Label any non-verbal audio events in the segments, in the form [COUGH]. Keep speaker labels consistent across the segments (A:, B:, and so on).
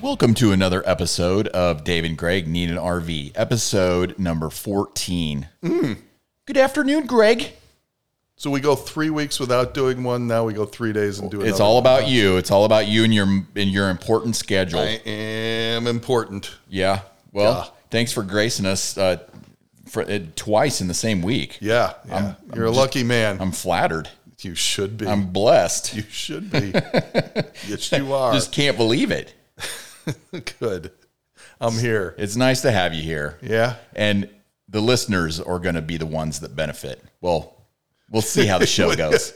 A: Welcome to another episode of Dave and Greg Need an RV, episode number 14.
B: Mm.
A: Good afternoon, Greg.
B: So we go three weeks without doing one. Now we go three days and do another.
A: It's all about you. It's all about you and your and your important schedule.
B: I am important.
A: Yeah. Well, thanks for gracing us uh, for, uh, twice in the same week.
B: Yeah, yeah. You're a lucky man.
A: I'm flattered.
B: you should be.
A: I'm blessed.
B: you
A: [LAUGHS]
B: should be. yes, you are.
A: Just can't believe it.
B: [LAUGHS] Good. I'm here.
A: It's nice to have you here.
B: Yeah.
A: And the listeners are going to be the ones that benefit. Well, we'll see how the
B: [LAUGHS]
A: show goes.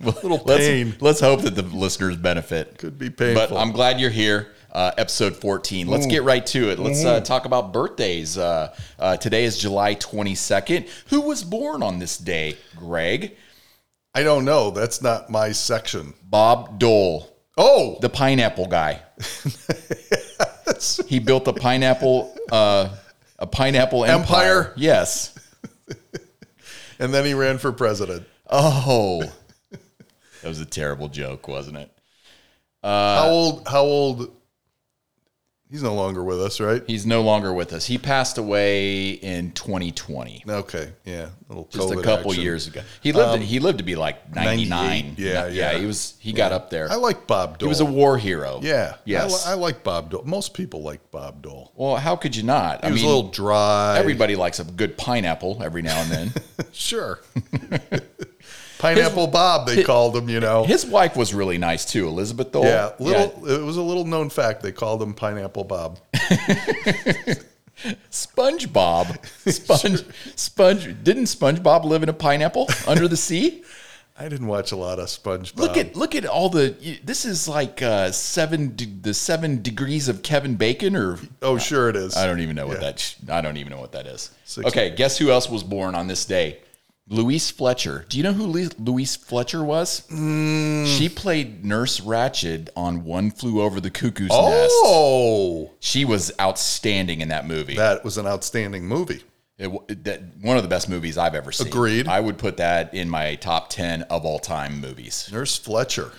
B: Little pain
A: Let's, let's hope that the listeners benefit.
B: could be
A: But
B: painful.
A: I'm glad you're here. Uh, episode 14. Let's get right to it. Let's uh, talk about birthdays. Uh, uh, today is July 22nd. Who was born on this day, Greg?
B: I don't know. That's not my section.
A: Bob Dole,
B: Oh,
A: the pineapple
B: [LAUGHS]
A: guy. He built a pineapple uh, a pineapple empire.
B: Empire?
A: Yes.
B: and then he ran for president.
A: Oh. [LAUGHS] that was a terrible joke, wasn't it? Uh,
B: how old? How old? He's no longer with us, right?
A: He's no longer with us. He passed away in 2020.
B: okay. Yeah. Little
A: Just a
B: COVID
A: couple
B: action.
A: years ago. He lived he lived to be like 99.
B: 98? Yeah, yeah.
A: He was he got up there.
B: I like Bob Dole.
A: he was a war hero.
B: Yeah.
A: Yes.
B: I, li- I like Bob Dole. Most people like Bob Dole.
A: well, how could you not?
B: He was a little dry.
A: everybody likes a good pineapple every now and then.
B: [LAUGHS]
A: [LAUGHS]
B: sure. Pineapple Bob, they called him, you know.
A: His wife was really nice too, Elizabeth Dole.
B: yeah, little. It was a little known fact. They called him Pineapple Bob. [LAUGHS]
A: SpongeBob. Sponge Sponge didn't SpongeBob live in a pineapple under the sea?
B: I didn't watch a lot of SpongeBob.
A: Look at look at all the this is like uh 7 de- the 7 degrees of Kevin Bacon or
B: oh, sure it is.
A: I don't even know what that sh- I don't even know what that is.
B: Six-
A: okay, guess who else was born on this day? Louise Fletcher. Do you know who Lee- Louise Fletcher was?
B: Mm.
A: She played Nurse Ratched on One Flew Over the Cuckoo's Nest.
B: Oh,
A: She was outstanding in that movie.
B: that was an outstanding movie.
A: It w- that, one of the best movies I've ever seen.
B: Agreed.
A: I would put that in my top 10 of all time movies.
B: Nurse Fletcher,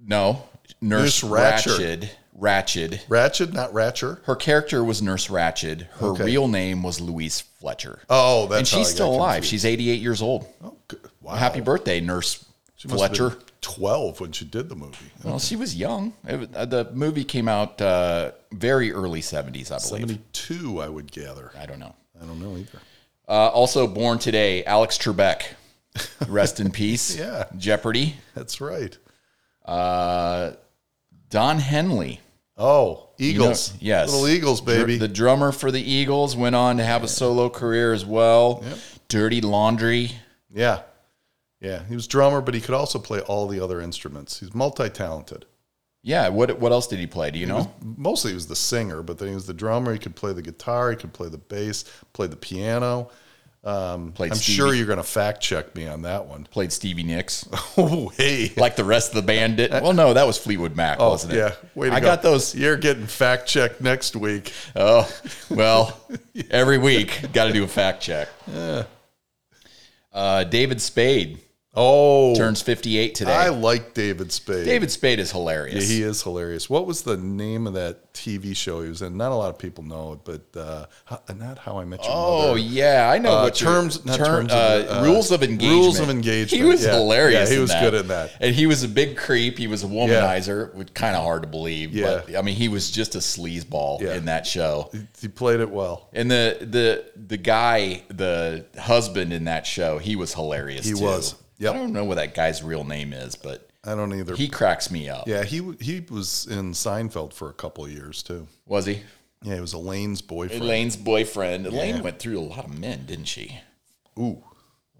A: No, Nurse,
B: Nurse
A: Ratched. Ratched.
B: Ratchet, not Ratcher.
A: Her character was Nurse Ratched. Her
B: Okay.
A: real name was Louise Fletcher.
B: Oh, that's
A: and
B: how I
A: she's
B: got
A: still alive.
B: confused.
A: She's 88 years old.
B: Oh, good. wow.
A: Happy birthday, Nurse
B: Must have
A: Fletcher.
B: been [LAUGHS] Twelve when she did the movie.
A: Well, she was young. It was- uh, the movie came out uh, very early 70s, I believe.
B: Seventy-two, I would gather.
A: I don't know.
B: I don't know either.
A: Uh, also born today, Alex Trebek. Rest
B: [LAUGHS]
A: in peace.
B: Yeah.
A: Jeopardy.
B: That's right.
A: Don Henley.
B: Oh,
A: You know-
B: Eagles.
A: yes.
B: Little Eagles,
A: Dr-
B: baby.
A: the drummer for the Eagles went on to have a solo career as well. Dirty Laundry.
B: yeah. Yeah. He was drummer, but he could also play all the other instruments. He's multi talented.
A: Yeah, what what else did he play? Do you know?
B: Mostly he was the singer, but then he was the drummer. He could play the guitar, he could play the bass, play the piano.
A: played
B: I'm
A: Stevie,
B: sure you're going to fact check me on that one. [LAUGHS]
A: played Stevie Nicks.
B: oh, hey.
A: like the rest of the band did. Well, no, that was Fleetwood Mac, wasn't it?
B: Oh, Yeah. Way to
A: I
B: go.
A: got those.
B: You're getting fact checked next week. [LAUGHS]
A: Oh, well, every week, got to do a fact check. Uh, David Spade
B: Oh.
A: turns 58 today.
B: I like David Spade.
A: David Spade is hilarious.
B: He is hilarious. What was the name of that TV show he was in? Not a lot of people know it, but uh, how, not How I Met Your Mother.
A: Oh yeah, I know
B: Uh,
A: what
B: terms-
A: your,
B: not
A: term,
B: terms
A: uh,
B: of the- uh,
A: rules of engagement.
B: rules of engagement,
A: He was
B: yeah.
A: hilarious.
B: Yeah, he
A: in
B: was good in that.
A: and he was a big creep. He was a womanizer, which kind of hard to believe.
B: Yeah.
A: but I mean, he was just a sleazeball
B: Yeah.
A: in that show.
B: He played it well.
A: And the the the guy, the husband in that show, he was hilarious. He
B: was. Yep.
A: I don't know what that guy's real name is, but
B: I don't either.
A: he cracks me up.
B: yeah, he w- he was in Seinfeld for a couple of years too.
A: Was he?
B: Yeah, he was Elaine's boyfriend.
A: Elaine's boyfriend. Elaine went through a lot of men, didn't she?
B: Ooh.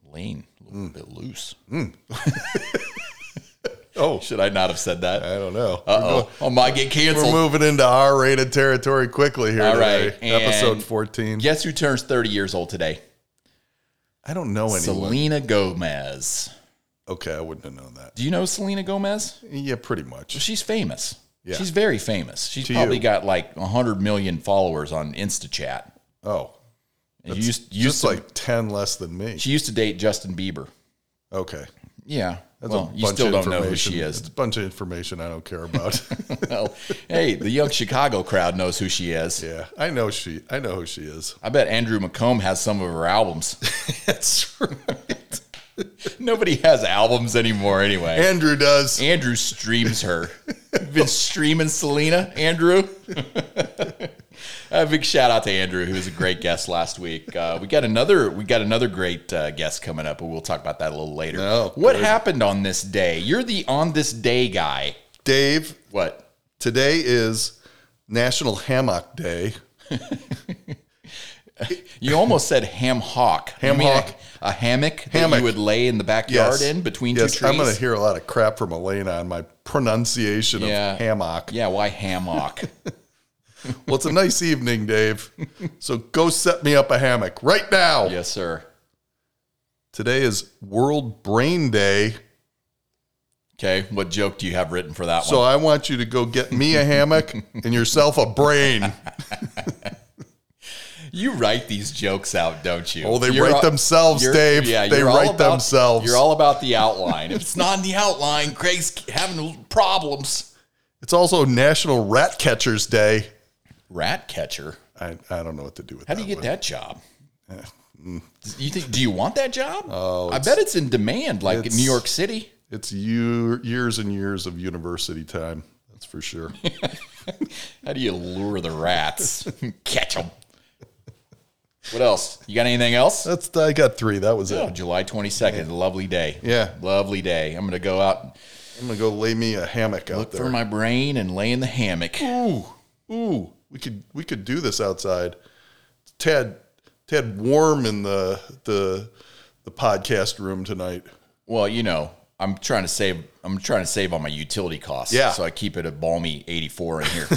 A: Elaine, a little
B: Mm.
A: bit loose.
B: Oh,
A: Should I not have said that?
B: I don't know.
A: Uh oh. I might get
B: We're
A: canceled.
B: moving into R-rated territory quickly here.
A: All
B: today.
A: right, and-
B: episode fourteen.
A: Guess who turns 30 years old today?
B: I don't know anyone.
A: Selena Gomez.
B: Okay, I wouldn't have known that.
A: Do you know Selena Gomez?
B: Yeah, pretty much.
A: She's famous.
B: Yeah.
A: She's very famous. She's
B: To
A: probably
B: you.
A: got like 100 million followers on Instachat.
B: Oh,
A: And she used, used
B: just
A: to,
B: like ten less than me.
A: she used to date Justin Bieber.
B: Okay,
A: Yeah.
B: That's
A: Well, you still don't know who she is.
B: It's a bunch of information I don't care about.
A: [LAUGHS]
B: [LAUGHS]
A: Well, hey, the young Chicago crowd knows who she is.
B: yeah, I know she. I know who she is.
A: I bet Andrew McComb has some of her albums.
B: [LAUGHS] That's right.
A: [LAUGHS] Nobody has albums anymore anyway.
B: Andrew does.
A: Andrew streams her. You've Been streaming Selena, Andrew. [LAUGHS] a big shout out to Andrew, who was a great guest last week. Uh, we got another, we got another great uh, guest coming up, but we'll talk about that a little later.
B: Oh,
A: what
B: good.
A: happened on this day? You're the on this day guy.
B: Dave,
A: What?
B: today is National Hammock Day.
A: You almost said ham hock. You
B: Ham
A: mean a-
B: hock.
A: A, hammock, that
B: Hammock.
A: you would lay in the backyard in between
B: yes,
A: two trees.
B: I'm going to hear a lot of crap from Elena on my pronunciation
A: Yeah.
B: of hammock.
A: yeah, why hammock?
B: Well, it's a nice evening, Dave. So go set me up a hammock right
A: [LAUGHS]
B: now.
A: yes, sir.
B: Today is World Brain Day.
A: Okay, what joke do you have written for that
B: So
A: one?
B: I want you to go get me a hammock and yourself a brain.
A: You write these jokes out, don't you?
B: Oh, they
A: You're
B: write
A: all-
B: themselves,
A: you're-
B: Dave. they
A: you're all
B: write
A: about-
B: themselves.
A: You're all about the outline. if it's not in the outline, Craig's having problems.
B: it's also National Rat Catchers Day.
A: Rat catcher.
B: I, I don't know what to do with
A: How
B: that.
A: do you get
B: one.
A: that job? You think? Do you want that job? Oh, I bet it's in demand, like in
B: it's-
A: New York City.
B: It's year, years and years of university time. That's for sure.
A: How do you lure the rats? [LAUGHS] Catch them. What else? You got anything else?
B: That's I got three. That was
A: Oh,
B: it.
A: July twenty second, lovely day.
B: Yeah.
A: lovely day. I'm gonna go out
B: I'm gonna go lay me a hammock out
A: for
B: there.
A: my brain and lay in the hammock.
B: ooh, ooh. We could we could do this outside. It's Tad Tad warm in the the the podcast room tonight.
A: Well, you know, I'm trying to save. I'm trying to save on my utility costs.
B: Yeah.
A: So I keep it a balmy 84 in here.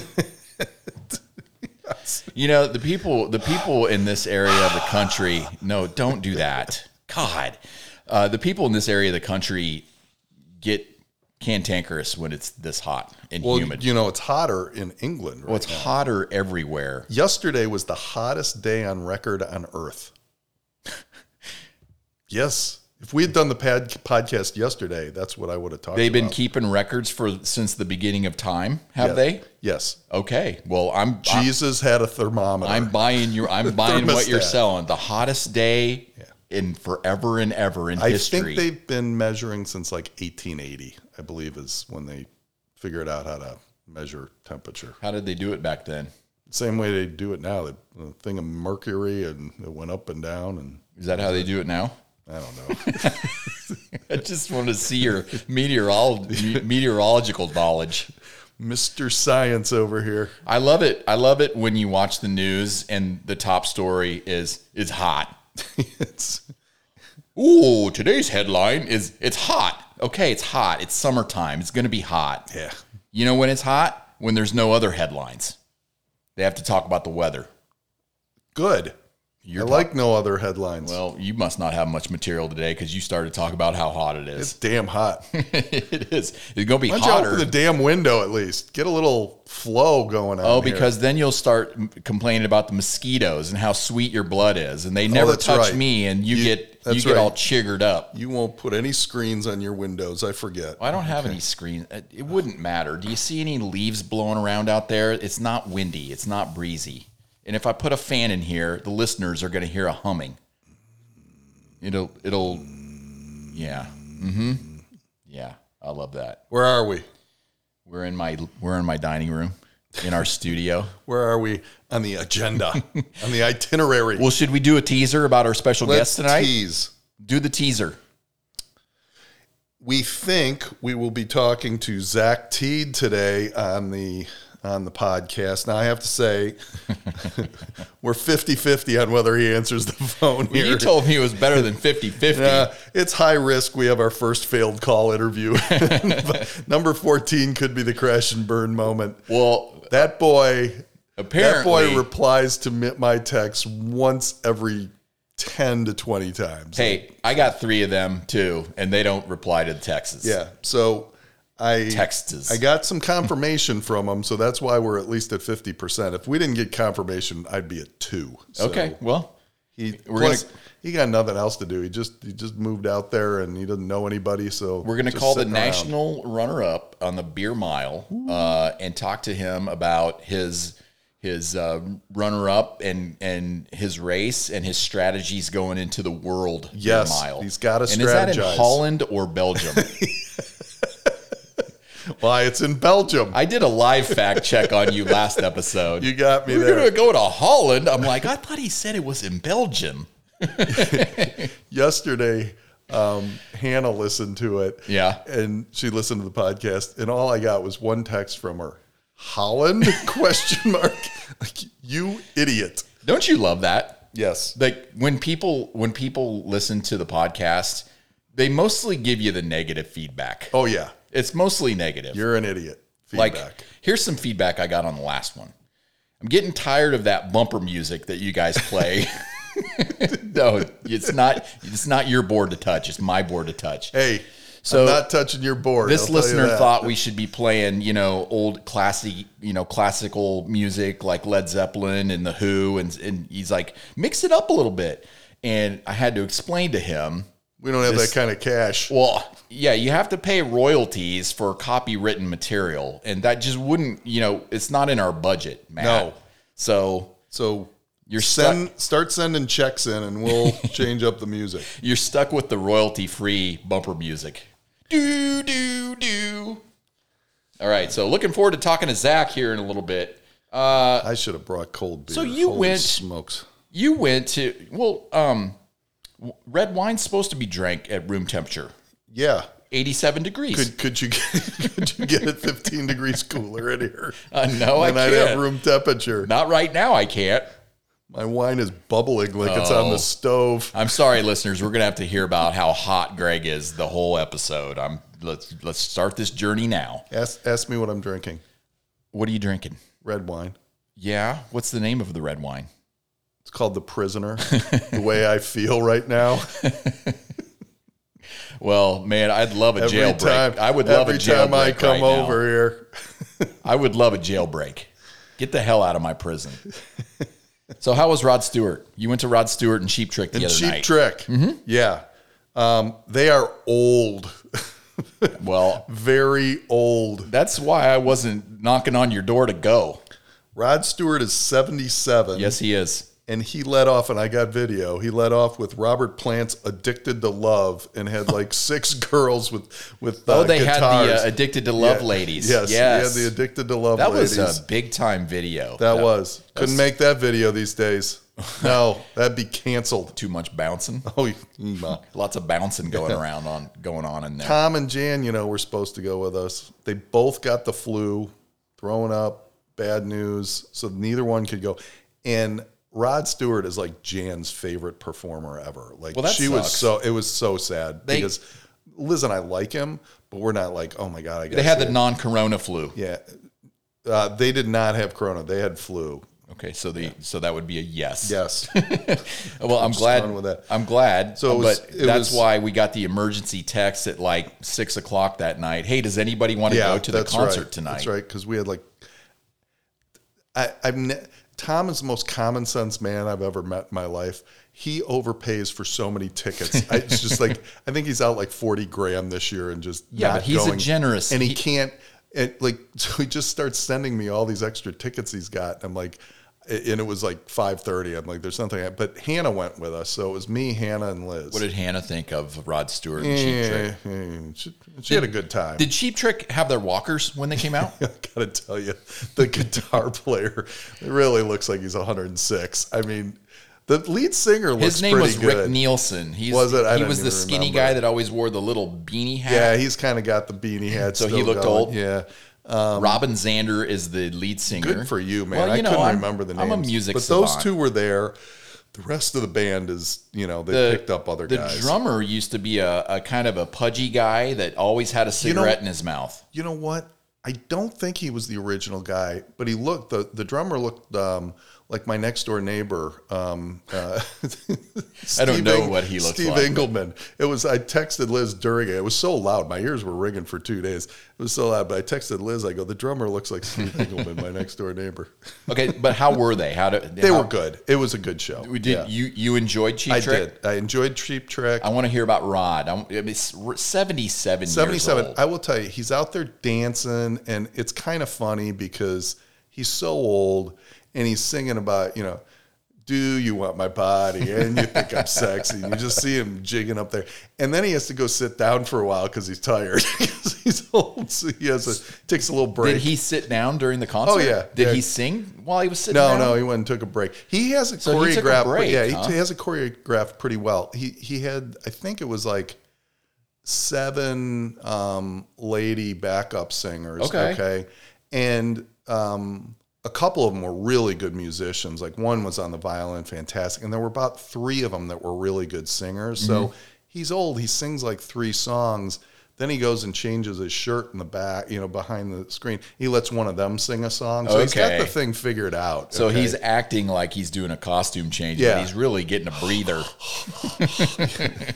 A: You know, the people, the people in this area of the country. No, don't do that. God, uh, the people in this area of the country get cantankerous when it's this hot and
B: Well,
A: humid.
B: you know it's hotter in England. Right?
A: well, it's hotter everywhere.
B: Yesterday was the hottest day on record on Earth. [LAUGHS] yes, if we had done the pad, podcast yesterday, that's what I would have talked.
A: They've been
B: about.
A: keeping records for since the beginning of time, have
B: Yeah.
A: they?
B: Yes,
A: Okay. Well, I'm
B: Jesus had a thermometer.
A: I'm buying your. I'm buying what you're
B: thermostat.
A: selling. The hottest day in forever and ever in
B: I
A: history.
B: think they've been measuring since like 1880, I believe, is when they figured out how to measure temperature.
A: How did they do it back then?
B: Same way they do it now. The the thing of mercury and it went up and down, and
A: Is that how they do it now? [LAUGHS]
B: I don't know.
A: I just want to see your meteorolo- me- meteorological knowledge.
B: Mr. Science over here. [LAUGHS]
A: I love it. I love it when you watch the news and the top story is it's hot.
B: it's,
A: Ooh, today's headline is it's hot. Okay, it's hot. It's summertime. It's going to be hot.
B: yeah.
A: You know when it's hot? When there's no other headlines. They have to talk about the weather.
B: Good. I like no other headlines.
A: Well, you must not have much material today because you started talking about how hot it
B: it's
A: is. [LAUGHS]
B: damn hot. Why
A: it is. It's going to be
B: don't you
A: hotter.
B: open the damn window at least? Get a little flow going on.
A: oh,
B: here.
A: because then you'll start m- complaining about the mosquitoes and how sweet your blood is, and they never
B: Oh, that's
A: touch
B: right.
A: me, and you,
B: You-
A: get you
B: that's
A: get
B: right.
A: all chiggered up.
B: you won't put any screens on your windows. I forget.
A: I don't have any screen. It it wouldn't matter. Do you see any leaves blowing around out there? It's not windy. It's not breezy. And if I put a fan in here, the listeners are going to hear a humming. It'll it'll, yeah, mm-hmm. yeah. I love that.
B: Where are we?
A: We're in my we're in my dining room in our studio.
B: Where are we on the agenda?
A: [LAUGHS]
B: on the itinerary?
A: Well, should we do a teaser about our special guest tonight?
B: tease.
A: do the teaser.
B: We think we will be talking to Zach Teed today on the on the podcast. Now I have to say [LAUGHS] we're 50-50 on whether he answers the phone here.
A: You told me it was better than
B: [LAUGHS]
A: 50-50.
B: Uh, it's high risk. We have our first failed call interview. [LAUGHS] Number 14 could be the crash and burn moment.
A: Well,
B: That boy that
A: apparently
B: boy replies to mi- my text once every 10 to 20 times.
A: Hey, I got 3 of them too and they don't reply to the texts.
B: Yeah. So I
A: Texts.
B: I got some confirmation from him, so that's why we're at least at fifty percent. If we didn't get confirmation, I'd be at two. So
A: okay. Well,
B: He
A: We're
B: plus,
A: gonna-
B: he got nothing else to do. He just he just moved out there and he doesn't know anybody. So
A: We're going to
B: just
A: call the
B: sitting around.
A: national runner up on the beer mile uh, and talk to him about his his uh, runner up and and his race and his strategies going into the world
B: Yes,
A: beer mile.
B: he's gotta
A: And is that in
B: strategize.
A: Holland or
B: [LAUGHS]
A: Belgium?
B: Why it's in Belgium.
A: I did a live fact check on you last episode.
B: you got me
A: We're
B: there.
A: going to go to Holland. I'm like, I thought he said it was in Belgium.
B: yesterday um, hannah listened to it
A: Yeah.
B: and she listened to the podcast and all i got was one text from her holland [LAUGHS] question mark like you idiot
A: Don't you love that?
B: yes
A: like when people when people listen to the podcast they mostly give you the negative feedback
B: oh yeah
A: it's mostly negative
B: you're an idiot feedback
A: like here's some feedback i got on the last one i'm getting tired of that bumper music that you guys play [LAUGHS] no it's not it's not your board to touch it's my board to touch
B: hey
A: So,
B: i'm not touching your board I'll
A: this
B: tell you
A: listener
B: that.
A: thought we should be playing, you know, old classy, you know, classical music like Led Zeppelin and The Who, and and he's like, mix it up a little bit. And I had to explain to him,
B: we don't have that kind of cash
A: well, yeah, you have to pay royalties for copywritten material, and that just wouldn't, you know, it's not in our budget, Matt.
B: No.
A: So
B: so
A: you're
B: send start sending checks in and
A: [LAUGHS]
B: we'll change up the music
A: stuck, you're stuck with the royalty-free bumper music. Do do do. All right, so looking forward to talking to Zach here in a little bit.
B: i should have brought cold beer
A: Uh, So you
B: Holy
A: went-
B: smokes
A: you went to well um w- red wine's supposed to be drank at room temperature
B: yeah
A: 87 degrees
B: Could, could you get, [LAUGHS] could you get it 15 degrees cooler in here?
A: uh, no [LAUGHS] i
B: and I'd have
A: can't
B: room temperature.
A: not right now i can't
B: My wine is bubbling like it's on
A: Oh.
B: the stove.
A: i'm sorry listeners we're gonna have to hear about how hot greg is the whole episode i'm let's let's start this journey now
B: Ask, ask me what I'm drinking.
A: what are you drinking
B: Red wine.
A: yeah what's the name of the red wine
B: It's called The Prisoner. the way I feel right
A: [LAUGHS]
B: now.
A: well man i'd love a
B: Every
A: jailbreak
B: time,
A: i would love
B: every
A: a jailbreak
B: time I come
A: right now.
B: over here.
A: i would love a jailbreak get the hell out of my
B: [LAUGHS]
A: prison so how was rod stewart you went to rod stewart and cheap trick the other
B: Cheap
A: night Mm-hmm.
B: Trick. Yeah. Um, they are old,
A: well
B: very old.
A: That's why I wasn't knocking on your door to go.
B: Rod Stewart is 77.
A: Yes, he is.
B: and he led off, and I got video. He led off with Robert Plant's "Addicted to Love" and had
A: [LAUGHS]
B: like six girls with with uh,
A: oh, they had
B: guitars.
A: the uh, addicted to love ladies.
B: Yes,
A: Yes,
B: he had the "Addicted to Love"
A: that
B: ladies.
A: was uh, a big time video.
B: that was couldn't make that video
A: [LAUGHS]
B: these days. No, that'd be canceled.
A: too much bouncing.
B: Oh, [LAUGHS] you- mm, uh,
A: Lots of
B: [LAUGHS]
A: bouncing going around on going on in there.
B: Tom and Jan, you know, were supposed to go with us. They both got the flu, throwing up, bad news, so neither one could go. And Rod Stewart is like Jan's favorite performer ever. Like
A: Well, that
B: she was
A: sucks.
B: so it was so sad
A: They-
B: because Liz and I like him, but we're not like oh my god. I
A: They had the non corona flu.
B: yeah. Uh, they did not have corona. They had flu.
A: Okay, so the so that would be a yes.
B: Yes.
A: [LAUGHS] Well, I'm glad.
B: going with that.
A: I'm glad. uh,
B: So it was-
A: but
B: it
A: that's
B: was-
A: why we got the emergency text at like six o'clock that night. Hey, does anybody want to
B: yeah.
A: go to the
B: that's
A: concert
B: right.
A: tonight?
B: That's right. Because we had like, I, I've ne- Tom is the most common sense man I've ever met in my life. He overpays for so many tickets. I, it's just like I think he's out like forty grand this year and just
A: Yeah,
B: not
A: but he's a
B: going.
A: generous-
B: and he,
A: he-
B: can't. It, like [LAUGHS] so he just starts sending me all these extra tickets he's got. I'm like. And it was like five thirty. I'm like, there's nothing. I-" But Hannah went with us, so it was me, Hannah, and Liz.
A: What did Hannah think of Rod Stewart and Cheap Trick?
B: Yeah, yeah, yeah. eh, She, she had a good time.
A: Did Cheap Trick have their walkers when they came
B: [LAUGHS]
A: out?
B: I gotta tell you, the guitar player really looks like he's 106. I mean, the lead singer looks
A: His name
B: pretty
A: was Rick
B: good.
A: Nielsen. He's,
B: Was it? I
A: he
B: don't
A: was the
B: even
A: skinny
B: remember.
A: guy that always wore the little beanie hat.
B: yeah, he's kind of got
A: [CLEARS THROAT]
B: the beanie hat.
A: So he
B: still
A: looked
B: going.
A: old?
B: Yeah,
A: Robin Zander is the lead singer.
B: Um, good for you, man.
A: Well,
B: I couldn't
A: I'm-
B: remember the
A: I'm
B: names.
A: a music
B: but
A: savant.
B: those two were there. The rest of the band is, you know, they
A: The-
B: picked up other
A: The
B: guys.
A: drummer used to be a, a kind of a pudgy guy that always had a
B: know-
A: cigarette in his mouth.
B: you know what? I don't think he was the original guy, but he looked the the drummer looked um, like my next door neighbor. Um, uh, [LAUGHS]
A: I don't
B: Steve
A: know
B: Eng-
A: what he looks
B: Steve
A: like.
B: Engelman. It was I texted Liz during it. It was so loud. My ears were ringing for two days. It was so loud. But I texted Liz. I go, the drummer looks like Steve Engelman, my next door neighbor.
A: Okay, but how were they? How did
B: They were good. It was a good show.
A: We did you you enjoyed Cheap
B: I
A: Trick?
B: did. I enjoyed Cheap Trick.
A: I want to hear about Rod. I'm, it's r- 77
B: Seventy-seven.
A: years old.
B: I will tell you, he's out there dancing, and it's kind of funny because he's so old, and he's singing about you know, do you want my body? And you think I'm sexy? And you just see him jigging up there, and then he has to go sit down for a while because he's tired [LAUGHS] because he's old. So he has a takes a little break.
A: Did he sit down during the concert?
B: Oh, yeah,
A: Did
B: yeah.
A: he sing while he was sitting
B: No,
A: down?
B: no, he went and took a break. He has a
A: he took a
B: choreographed,
A: break,
B: yeah, he,
A: huh?
B: he has a choreographed pretty well. He he had, I think it was like seven um, lady backup singers.
A: Okay.
B: and um, a couple of them were really good musicians. Like one was on the violin, fantastic, and there were about three of them that were really good singers.
A: Mm-hmm.
B: So he's old. He sings like three songs. Then he goes and changes his shirt in the back, you know, behind the screen. He lets one of them sing a song. So he's got
A: Okay.
B: the thing figured out.
A: So
B: okay?
A: he's acting like he's doing a costume change, but
B: Yeah.
A: he's really getting a breather.
B: But [LAUGHS]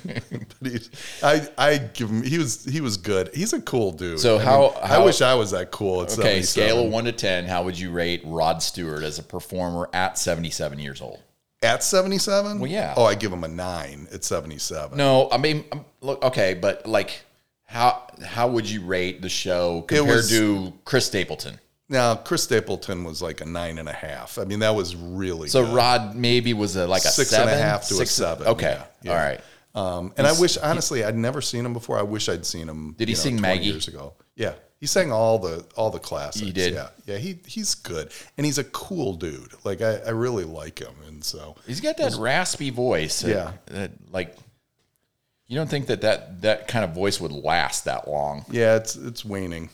B: he- I I give him he was he was good. He's a cool dude.
A: So
B: I mean,
A: how-
B: I
A: how-
B: wish I was that cool. At
A: Okay, scale of
B: 77.
A: one to 10, how would you rate Rod Stewart as a performer at 77 years old?
B: at seventy seven.
A: Well, yeah.
B: Oh, I give him a nine at seventy seven.
A: No, I mean, um, look, okay, but like, how how would you rate the show compared
B: was-
A: to Chris Stapleton?
B: Now Chris Stapleton was like a nine and a half. I mean that was really
A: So
B: good.
A: Rod maybe was a, like a
B: Six and a
A: seven,
B: half to a seven,
A: Okay,
B: yeah, yeah.
A: all right.
B: Um, and I wish honestly I'd never seen him before. I wish I'd seen him.
A: Did he
B: you know,
A: sing
B: 20
A: Maggie?
B: years ago? Yeah, he sang all the all the classics.
A: He did.
B: Yeah, yeah. He he's good and he's a cool dude. Like I, I really like him. And so
A: He's got that raspy voice. that-
B: Yeah.
A: that, like, you don't think that, that that kind of voice would last that long.
B: yeah, it's
A: [LAUGHS]
B: it's waning.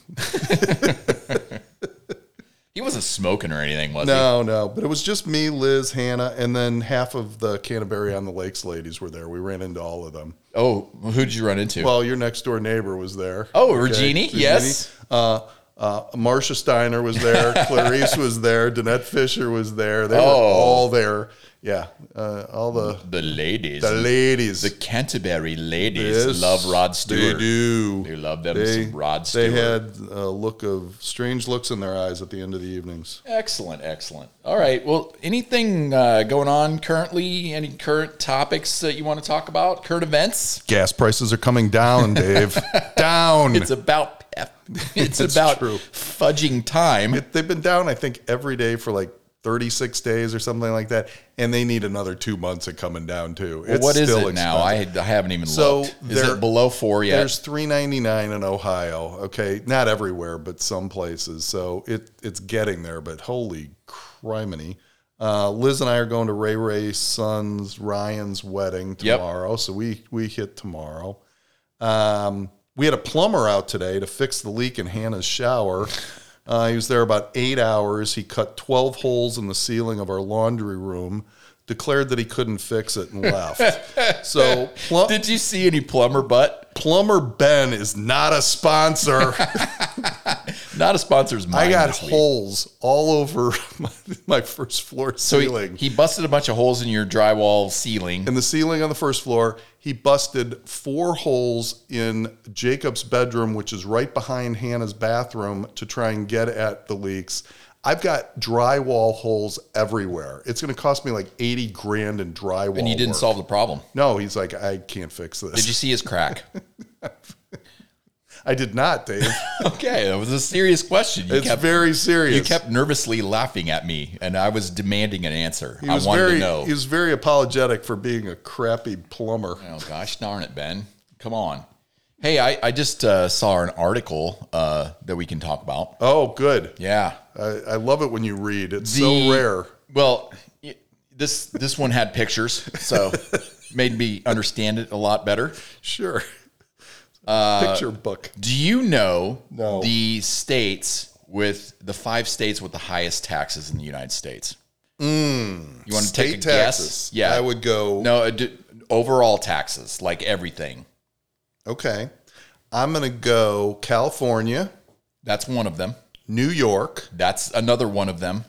A: He wasn't smoking or anything, was he?
B: No, no. But it was just me, Liz, Hannah, and then half of the Canterbury on the Lakes ladies were there. We ran into all of them.
A: Oh, who'd you run into?
B: Well, your next door neighbor was there.
A: Oh, Regini, yes.
B: Uh, uh, Marcia Steiner was
A: [LAUGHS]
B: there. Clarice was there. Danette Fisher was there. They were
A: Oh.
B: all there. Yeah, uh, all the,
A: the ladies.
B: the ladies.
A: The Canterbury ladies
B: Yes,
A: love Rod
B: They
A: Stewart.
B: do.
A: They love them
B: They-
A: some Rod
B: They
A: Stewart.
B: had a look of strange looks in their eyes at the end of the evenings.
A: excellent, excellent. All right. Well, anything uh, going on currently? Any current topics that you want to talk about? Current events?
B: Gas prices are coming down, [LAUGHS] Dave. down.
A: It's about
B: [LAUGHS]
A: it's
B: It's
A: about
B: true.
A: fudging time.
B: It- they've been down, I think, every day for like 36 days or something like that. And they need another two months of coming down, too. It's
A: what is it
B: still
A: now?
B: expensive.
A: I, I haven't even
B: So
A: looked. Is
B: there-
A: it below four yet?
B: There's 399 in Ohio. Okay. Not everywhere, but some places. So it it's getting there, but holy criminy. Uh, Liz and I are going to Ray Ray's son's Ryan's wedding
A: Yep.
B: tomorrow. So we we hit tomorrow. Um, we had a plumber out today to fix the leak in
A: [LAUGHS]
B: Hannah's shower. Uh, he was there about eight hours. He cut 12 holes in the ceiling of our laundry room, declared that he couldn't fix it,
A: [LAUGHS]
B: and left. so, plum-
A: Did you see any plumber butt?
B: Plumber Ben is not
A: [LAUGHS]
B: a sponsor.
A: Not a sponsor's mine.
B: I got
A: this week.
B: holes all over [LAUGHS] my, my first floor
A: So he-
B: ceiling.
A: He, busted a bunch of holes in your drywall ceiling.
B: in the ceiling on the first floor, he busted four holes in Jacob's bedroom, which is right behind Hannah's bathroom, to try and get at the leaks. I've got drywall holes everywhere. It's going to cost me like 80 grand in drywall.
A: and you didn't
B: work.
A: solve the problem.
B: No, he's like, I can't fix this.
A: Did you see his
B: [LAUGHS]
A: crack?
B: I did
A: [LAUGHS]
B: not, Dave.
A: okay, that was a serious question. You
B: It's
A: kept
B: very serious.
A: you kept nervously laughing at me, and I was demanding an answer.
B: He
A: I
B: was
A: wanted
B: very,
A: to know.
B: He was very apologetic for being a crappy plumber.
A: oh gosh, darn it, Ben! Come on. Hey, I, I just uh, saw an article uh, that we can talk about.
B: Oh, good.
A: Yeah.
B: I, I love it when you read. It's
A: The-
B: so rare.
A: Well, y- this this one had pictures,
B: [LAUGHS]
A: so made me understand it a lot better. [LAUGHS]
B: Sure. Picture book.
A: Do Uh, you know
B: No.
A: the states with the five states with the highest taxes in the United States? you want to take a
B: Mm. State taxes.
A: guess? Yeah,
B: I would go.
A: No, uh, d- overall taxes, like everything.
B: Okay. I'm going to go California,
A: That's one of them.
B: New York,
A: That's another one of them.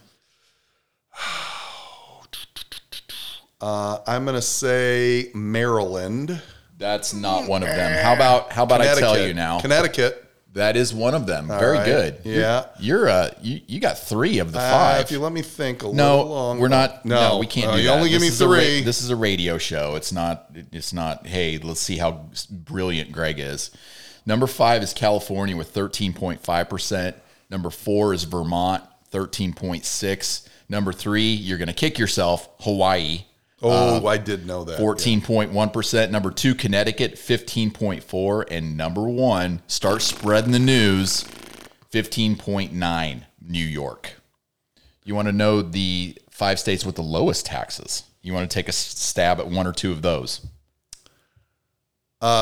B: Uh, I'm going to say Maryland.
A: That's not one of them. How about how about I tell
B: Connecticut.
A: you now?
B: Connecticut.
A: That is one of them. Very
B: right.
A: good.
B: Yeah.
A: You're, you're uh you, you got three of the
B: Uh,
A: five.
B: if you let me think a
A: no,
B: little longer.
A: we're not. No,
B: No,
A: we can't.
B: No,
A: do
B: you
A: that.
B: only give
A: This
B: me
A: is a ra-
B: three.
A: this is a radio show. It's not. It's not. Hey, let's see how s- brilliant Greg is. Number five is California with thirteen point five percent. Number four is Vermont, thirteen point six. Number three, you're going to kick yourself, Hawaii, uh,
B: oh, I did know that.
A: fourteen point one percent. Number two, Connecticut, fifteen point four, and number one, start spreading the news, fifteen point nine. New York. You want to know the five states with the lowest taxes. You want to take a s- stab at one or two of those.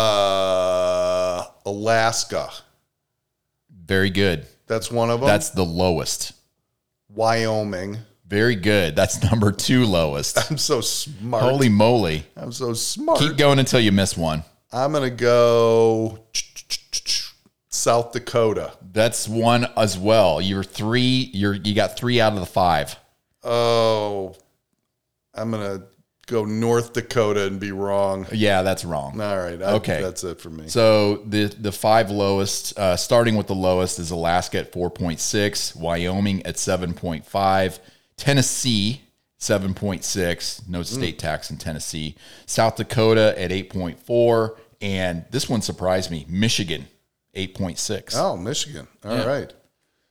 B: Uh, Alaska.
A: Very good.
B: That's one of them.
A: That's the lowest.
B: Wyoming. [LAUGHS]
A: Very good. That's [LAUGHS] number two lowest.
B: I'm so smart.
A: Holy moly.
B: I'm so smart.
A: Keep going until you miss one.
B: I'm going to go South Dakota.
A: That's one as well. You're three. You're you got three out of the five.
B: Oh, I'm going to go North Dakota and be wrong.
A: Yeah, that's wrong.
B: All right. I,
A: Okay.
B: That's it for me.
A: So the the five lowest, uh, starting with the lowest, is Alaska at four point six, Wyoming at seven point five, Tennessee seven point six,
B: Mm.
A: no state tax in Tennessee, South Dakota at eight point four, and this one surprised me, Michigan eight point six.
B: Oh, Michigan. All right.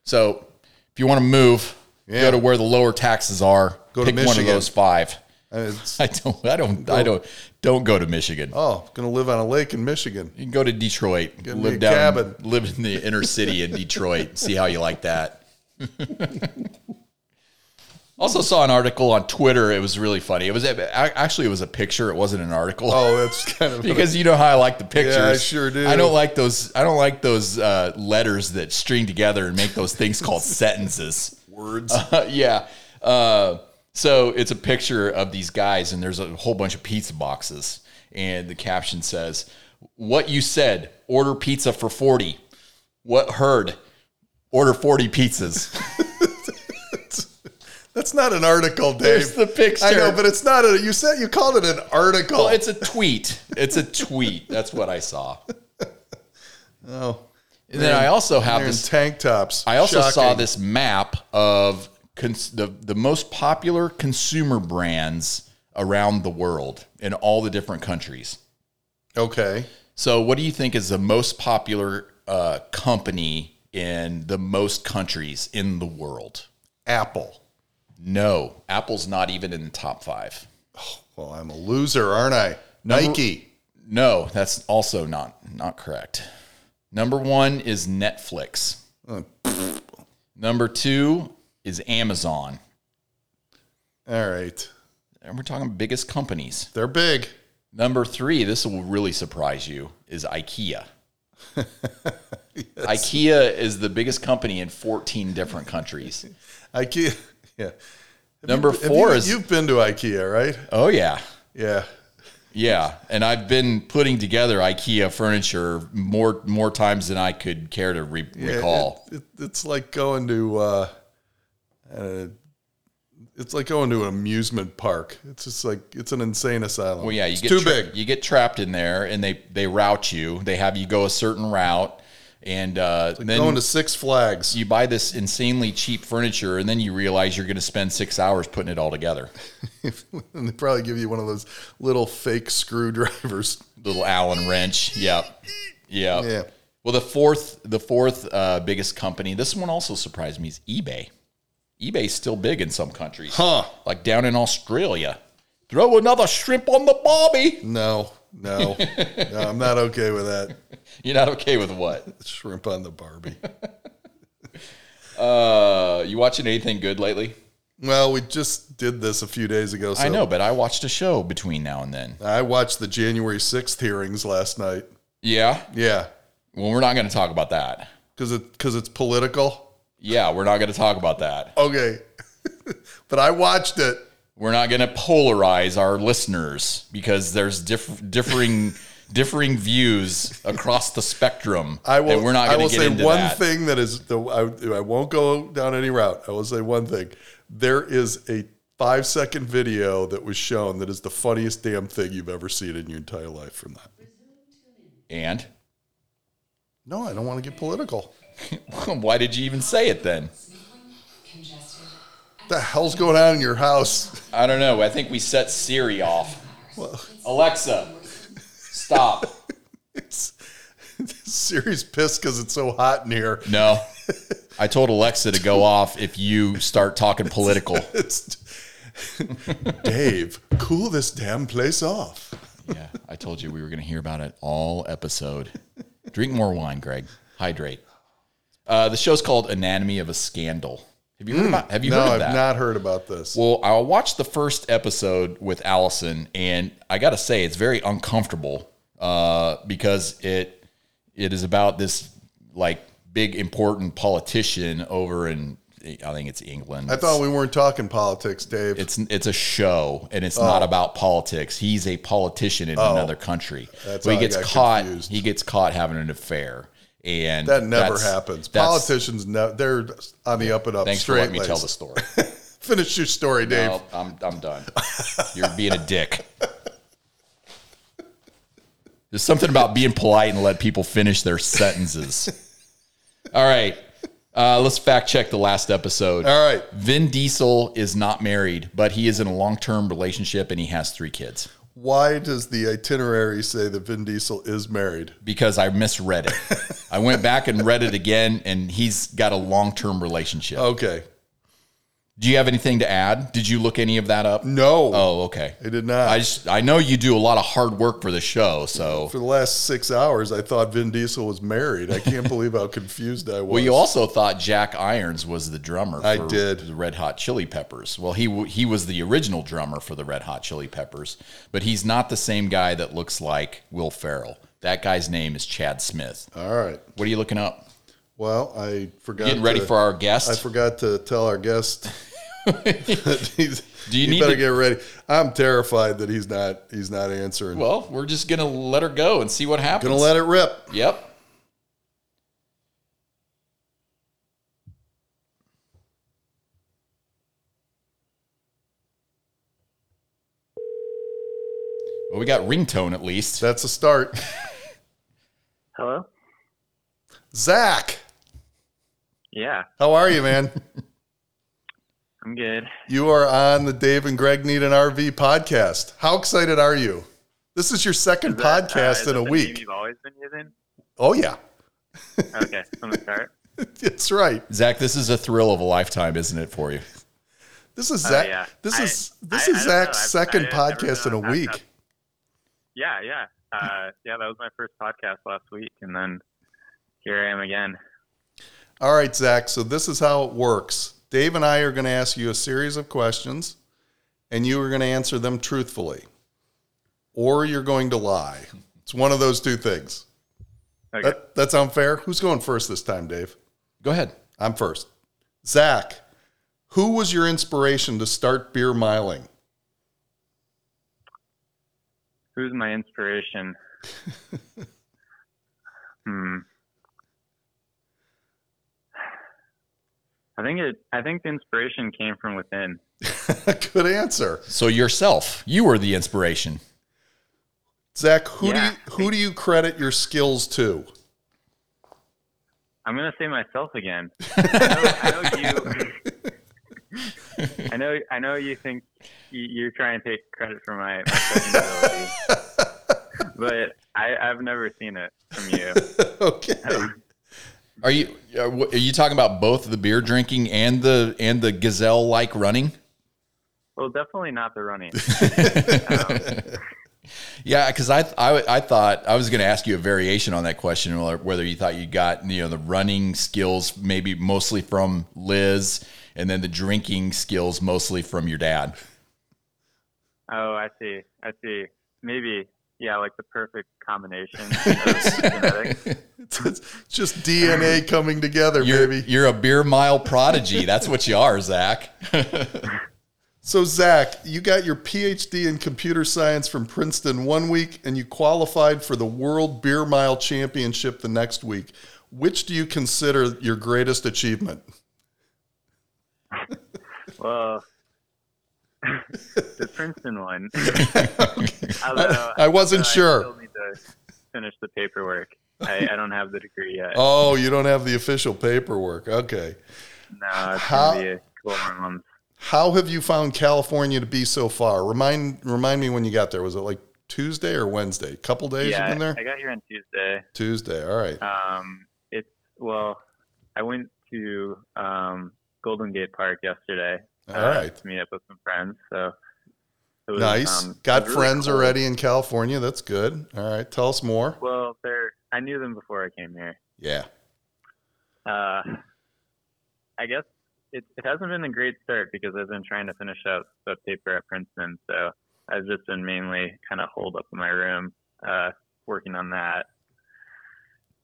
A: So if you want to move,
B: Yeah.
A: go to where the lower taxes are.
B: Go to
A: pick one of
B: Michigan.
A: those five. [LAUGHS]
B: I mean, it's-
A: I don't. I don't. I don't. Don't go to Michigan.
B: oh, going to live on a lake in Michigan.
A: You can go to Detroit,
B: me
A: live
B: a
A: down,
B: cabin.
A: live in the inner city in Detroit, see how you like that. [LAUGHS] also saw an article on Twitter. It was really funny. It was a- actually it was a picture. It wasn't an article [LAUGHS]
B: Oh, that's kind of
A: because you know how I like the pictures.
B: Yeah, I sure do.
A: I don't like those. I don't like those uh, letters that string together and make those things called [LAUGHS] sentences.
B: words.
A: Uh, [LAUGHS] yeah. Uh, so it's a picture of these guys, and there's a whole bunch of pizza boxes, and the caption says, "What you said? Order pizza for forty. What heard? Order forty pizzas."
B: That's not an article, Dave.
A: [LAUGHS] There's the picture.
B: I know, but it's not a. You said you called it an article.
A: Well, it's a tweet. It's a tweet. That's what I saw.
B: oh,
A: And then I also have
B: they're in
A: this
B: tank tops.
A: I also saw
B: Shocking.
A: this map of cons- the the most popular consumer brands around the world in all the different countries.
B: Okay,
A: So, what do you think is the most popular uh, company in the most countries in the world?
B: Apple.
A: No, Apple's not even in the top five.
B: Well, I'm a loser, aren't I? Nike.
A: No, that's also not not correct. Number one is Netflix. Number two is Amazon,
B: All right,
A: and we're talking biggest companies.
B: they're big.
A: Number three, this will really surprise you, is IKEA. IKEA is the biggest company in 14 different countries.
B: IKEA. [LAUGHS] Yeah.
A: Number
B: Have
A: four
B: you,
A: is
B: You've been to IKEA, right?
A: oh yeah,
B: Yeah.
A: yeah. And I've been putting together IKEA furniture more more times than I could care to re- recall.
B: It, it- it's like going to. Uh, uh, it's like going to an amusement park. It's just like it's an insane asylum.
A: Well, yeah, you
B: it's
A: get
B: too
A: tra-
B: big.
A: You get trapped in there, and they they route you. They have you go a certain route, and uh, then
B: going to Six Flags.
A: you buy this insanely cheap furniture, and then you realize you're going to spend six hours putting it all together.
B: and [LAUGHS] they probably give you one of those little fake screwdrivers. [LAUGHS]
A: little Allen wrench. Yep. Yep.
B: Yeah.
A: Well, the fourth, the fourth uh, biggest company. This one also surprised me is eBay. eBay's still big in some countries,
B: Huh.
A: like down in Australia. Throw another shrimp on the bobby.
B: No, no, no, I'm not okay with that.
A: You're not okay with what?
B: Shrimp on the Barbie.
A: Uh, you watching anything good lately?
B: Well, we just did this a few days ago. So
A: I know, but I watched a show between now and then.
B: I watched the January 6th hearings last night.
A: Yeah.
B: Yeah,
A: Well, we're not going to talk about that.
B: because it because it's political.
A: Yeah, we're not going to talk about that.
B: Okay, [LAUGHS] but I watched it.
A: We're not going to polarize our listeners because there's diff- differing [LAUGHS] differing views across the spectrum.
B: I will.
A: and we're not
B: I
A: going
B: will
A: to get
B: say
A: into
B: one
A: that.
B: thing that is. The, I, I won't go down any route. I will say one thing. There is a five second video that was shown that is the funniest damn thing you've ever seen in your entire life from that.
A: And [LAUGHS]
B: No, I don't want to get political.
A: why did you even say it then?
C: Congested.
B: What the hell's going on in your house?
A: I don't know. I think we set Siri off. Alexa, stop.
B: It's, Siri's pissed because it's so hot in here.
A: No. [LAUGHS] I told Alexa to go off if you start talking political.
B: It's [LAUGHS] Dave, cool this damn place off.
A: [LAUGHS] Yeah, I told you we were going to hear about it all episode. Drink more wine, Greg. Hydrate. Uh, the show's called Anatomy of a Scandal. Have you heard about? Have you
B: No,
A: heard of
B: I've
A: that?
B: not heard about this.
A: Well, I watched the first episode with Allison, and I got to say, it's very uncomfortable uh, because it it is about this like big important politician over in I think it's England.
B: I thought we weren't talking politics, Dave.
A: it's it's a show and
B: Oh.
A: it's not about politics. He's a politician in another country.
B: That's
A: but he
B: how I
A: gets
B: got
A: caught.
B: confused.
A: He gets caught having an affair, and
B: that never
A: that's-
B: happens.
A: that's-
B: Politicians, no, they're on the up and up.
A: Thanks for
B: straight
A: letting me tell the story.
B: Finish your story, Dave.
A: Well, I'm I'm done. You're being a dick. There's something about being polite and let people finish their sentences. All right. Uh, let's fact check the last episode.
B: All right.
A: Vin Diesel is not married, but he is in a long term relationship and he has three kids
B: Why does the itinerary say that Vin Diesel is married?
A: because I misread it. I went back and read it again, and he's got a long term relationship.
B: Okay.
A: Do you have anything to add? Did you look any of that up?
B: No,
A: Oh, okay.
B: I did not.
A: I just I know you do a lot of hard work for the show, so
B: For the last six hours, I thought Vin Diesel was married.
A: [LAUGHS]
B: I can't believe how confused I was.
A: well, you also thought Jack Irons was the drummer. For
B: I did.
A: the Red Hot Chili Peppers. Well, he w- he was the original drummer for the Red Hot Chili Peppers, but he's not the same guy that looks like Will Ferrell. That guy's name is Chad Smith.
B: All right.
A: What are you looking up?
B: Well, I forgot.
A: Getting ready
B: to-
A: for our
B: I
A: guest.
B: forgot to tell
A: [LAUGHS]
B: our guest. that he's-
A: Do you need
B: better
A: to-
B: get ready? I'm terrified that he's not. He's not answering.
A: well, we're just gonna let her go and see what happens.
B: Gonna let it rip.
A: Yep. Well, we got ringtone at least.
B: That's
A: [LAUGHS]
B: a start.
D: Hello?
B: Zach,
D: Yeah,
B: how are you, man?
D: I'm good.
B: you are on the Dave and Greg Need an RV podcast. How excited are you? This is your second
D: Is that, uh, is
B: podcast
D: that
B: in a
D: the
B: week.
D: Name you've always been using.
B: Oh yeah,
D: Okay, from the start.
B: it's right.
A: Zach, this is a thrill of a lifetime, isn't it for you?
B: This is
D: Oh,
B: Zach.
D: yeah.
B: This
D: I-
B: is this
D: I-
B: is
D: I don't know.
B: Zach's
D: I've-
B: 2nd
D: I've never
B: podcast in
D: been
B: a
D: on that
B: week.
D: stuff. Yeah, yeah, uh, yeah. That was my first podcast last week, and then here I am again.
B: All right, Zach. So this is how it works. Dave and I are going to ask you a series of questions, and you are going to answer them truthfully, or you're going to lie. It's one of those two things.
D: Okay.
B: That that sound fair? Who's going first this time, Dave?
A: Go ahead.
B: I'm first. Zach, who was your inspiration to start beer miling? [LAUGHS]
D: Who's
B: [LAUGHS]
D: my inspiration? hmm. I think it. I think the inspiration came from within.
B: Good answer,
A: So yourself, you were the inspiration.
B: Zach. Who
D: Yeah.
B: do you, who do you credit your skills to?
D: I'm gonna say myself again. I know, I know you. I know. I know you think you, you're trying to take credit for my, my cooking ability, but I, I've never seen it from you.
B: okay.
A: Are you are wh- are you talking about both the beer drinking and the and the gazelle like running?
D: Well, definitely not the running.
A: Yeah, because I, I I thought I was going to ask you a variation on that question, whether whether you thought you got you know the running skills maybe mostly from Liz, and then the drinking skills mostly from your dad.
D: Oh, I see. I see. Maybe. Yeah, like the perfect combination of genetics.
B: It's, it's [LAUGHS] just DNA coming together,
A: You're
B: baby.
A: you're a beer mile prodigy.
B: [LAUGHS]
A: That's what you are, Zach.
B: So, Zach, you got your PhD in computer science from Princeton one week, and you qualified for the World Beer Mile Championship the next week. Which do you consider your greatest achievement?
D: Well, [LAUGHS] the Princeton one. Although
B: I wasn't
D: so
B: sure.
D: Uh, I still need to finish the paperwork. I, I don't have the degree yet.
B: Oh, you don't have the official paperwork. Okay.
D: no, it's
B: how-
D: gonna be a couple more months.
B: How have you found California to be so far? Remind remind me when you got there. Was it like Tuesday or Wednesday? Couple days
D: Yeah,
B: you've been there?
D: I got here on Tuesday.
B: Tuesday. All right.
D: Um, it's well, I went to um, Golden Gate Park yesterday. Uh,
B: All right.
D: to meet up with some friends. So it was,
B: Nice.
D: um, it
B: Got
D: was really
B: friends
D: cool.
B: already in California. That's good. All right. Tell us more.
D: Well, they're I knew them before I came here.
B: Yeah.
D: Uh, I guess it, it hasn't been a great start because I've been trying to finish out the paper at Princeton. So I've just been mainly kind of holed up in my room, uh, working on that.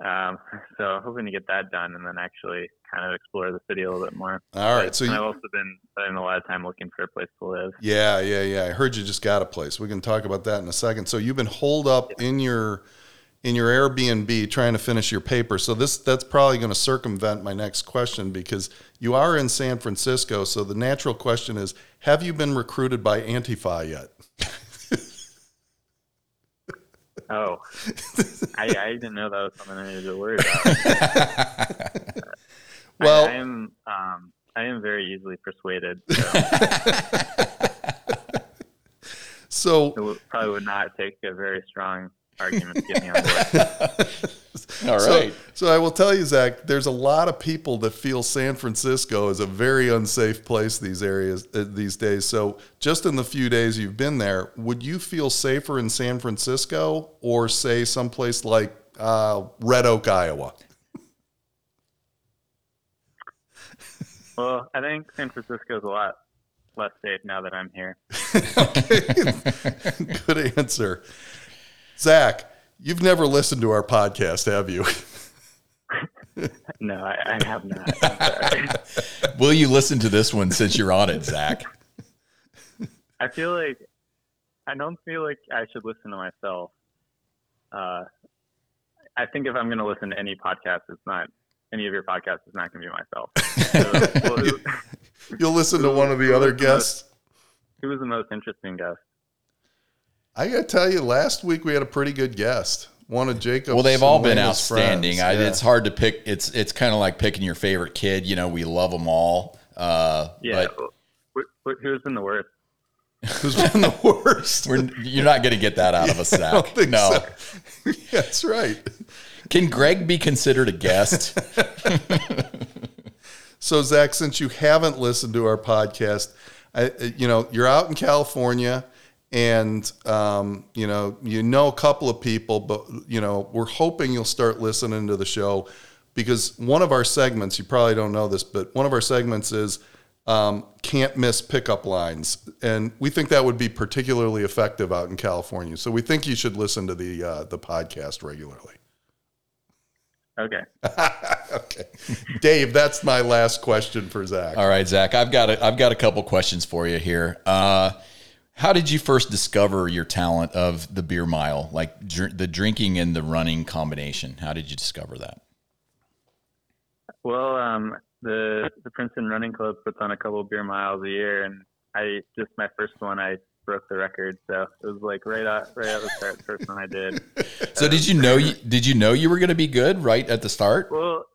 D: Um, so hoping to get that done and then actually kind of explore the city a little bit more.
B: All right. So
D: and I've
B: you,
D: also been spending a lot of time looking for a place to live.
B: yeah, yeah, yeah. I heard you just got a place. We can talk about that in a second. So you've been holed up in your in your Airbnb trying to finish your paper. So this that's probably going to circumvent my next question because you are in San Francisco. So the natural question is, have you been recruited by Antifa yet? [LAUGHS]
D: Oh, I, I didn't know that was something I needed to worry about. I-
B: Well-
D: I, am um, I am very easily persuaded.
B: So
D: It would, probably would not take a very strong argument to get me on [LAUGHS] board.
A: All
B: So-
A: right.
B: So, I will tell you, Zach, there's a lot of people that feel San Francisco is a very unsafe place these areas uh, these days. So just in the few days you've been there, would you feel safer in San Francisco or say someplace like uh, Red Oak, Iowa? [LAUGHS]
D: Well, I think San Francisco is a lot less safe now that I'm here.
B: Good answer, Zach. You've never listened to our podcast, have you? [LAUGHS]
D: No, I, I have not. [LAUGHS] I'm sorry.
A: [LAUGHS] Will you listen to this one since you're on it,
B: [LAUGHS]
A: Zach?
D: I feel like I don't feel like I should listen to myself. Uh, I think if I'm going to listen to any podcast, it's not any of your podcasts. It's not going to be [LAUGHS] myself. So, well, who,
B: You'll listen to one of the other guests.
D: who was the most interesting guest?
B: I gotta tell you, last week we had a pretty good guest. One of Jacob's.
A: Well, they've all been
B: Selena's
A: outstanding.
B: friends.
A: I,
B: Yeah.
A: It's hard to pick. It's it's kind of like picking your favorite kid. You know, we love them all. Uh,
D: Yeah,
A: but
D: wh- wh- who's been the worst?
B: who's been the worst.
A: we're, you're not going to get that out of us, Zach.
B: [LAUGHS] I don't think
A: no.
B: so. [LAUGHS] That's right.
A: Can Greg be considered a guest?
B: So, Zach, since you haven't listened to our podcast, I, you know you're out in California, and um, you know you know a couple of people, but you know we're hoping you'll start listening to the show because one of our segments, you probably don't know this, but one of our segments is um, can't miss pickup lines, and we think that would be particularly effective out in California. So we think you should listen to the uh, the podcast regularly.
D: Okay,
B: [LAUGHS] okay. Dave, that's my last question for Zach.
A: all right, Zach. I've got a, I've got a couple questions for you here. Uh, how did you first discover your talent of the beer mile, like dr- the drinking and the running combination? How did you discover that?
D: well, um, the the Princeton Running Club puts on a couple beer miles a year, and I just my first one I broke the record, so it was like right out right out the start, first one I did.
A: So did you know you did you know you were going to be good right at the start?
D: Well,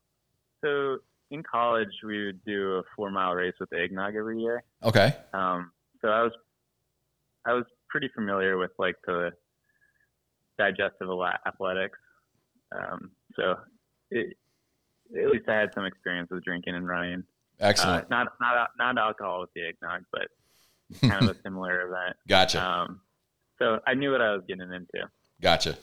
D: so in college, we would do a four mile race with eggnog every year.
A: Okay.
D: Um, so I was, I was pretty familiar with like the digestive ala- athletics. Um, so it, at least I had some experience with drinking and running. Uh,
A: Excellent.
D: not not al- not alcohol with the eggnog, but kind
A: [LAUGHS]
D: of a similar event.
A: gotcha.
D: Um, so I knew what I was getting into.
A: Gotcha.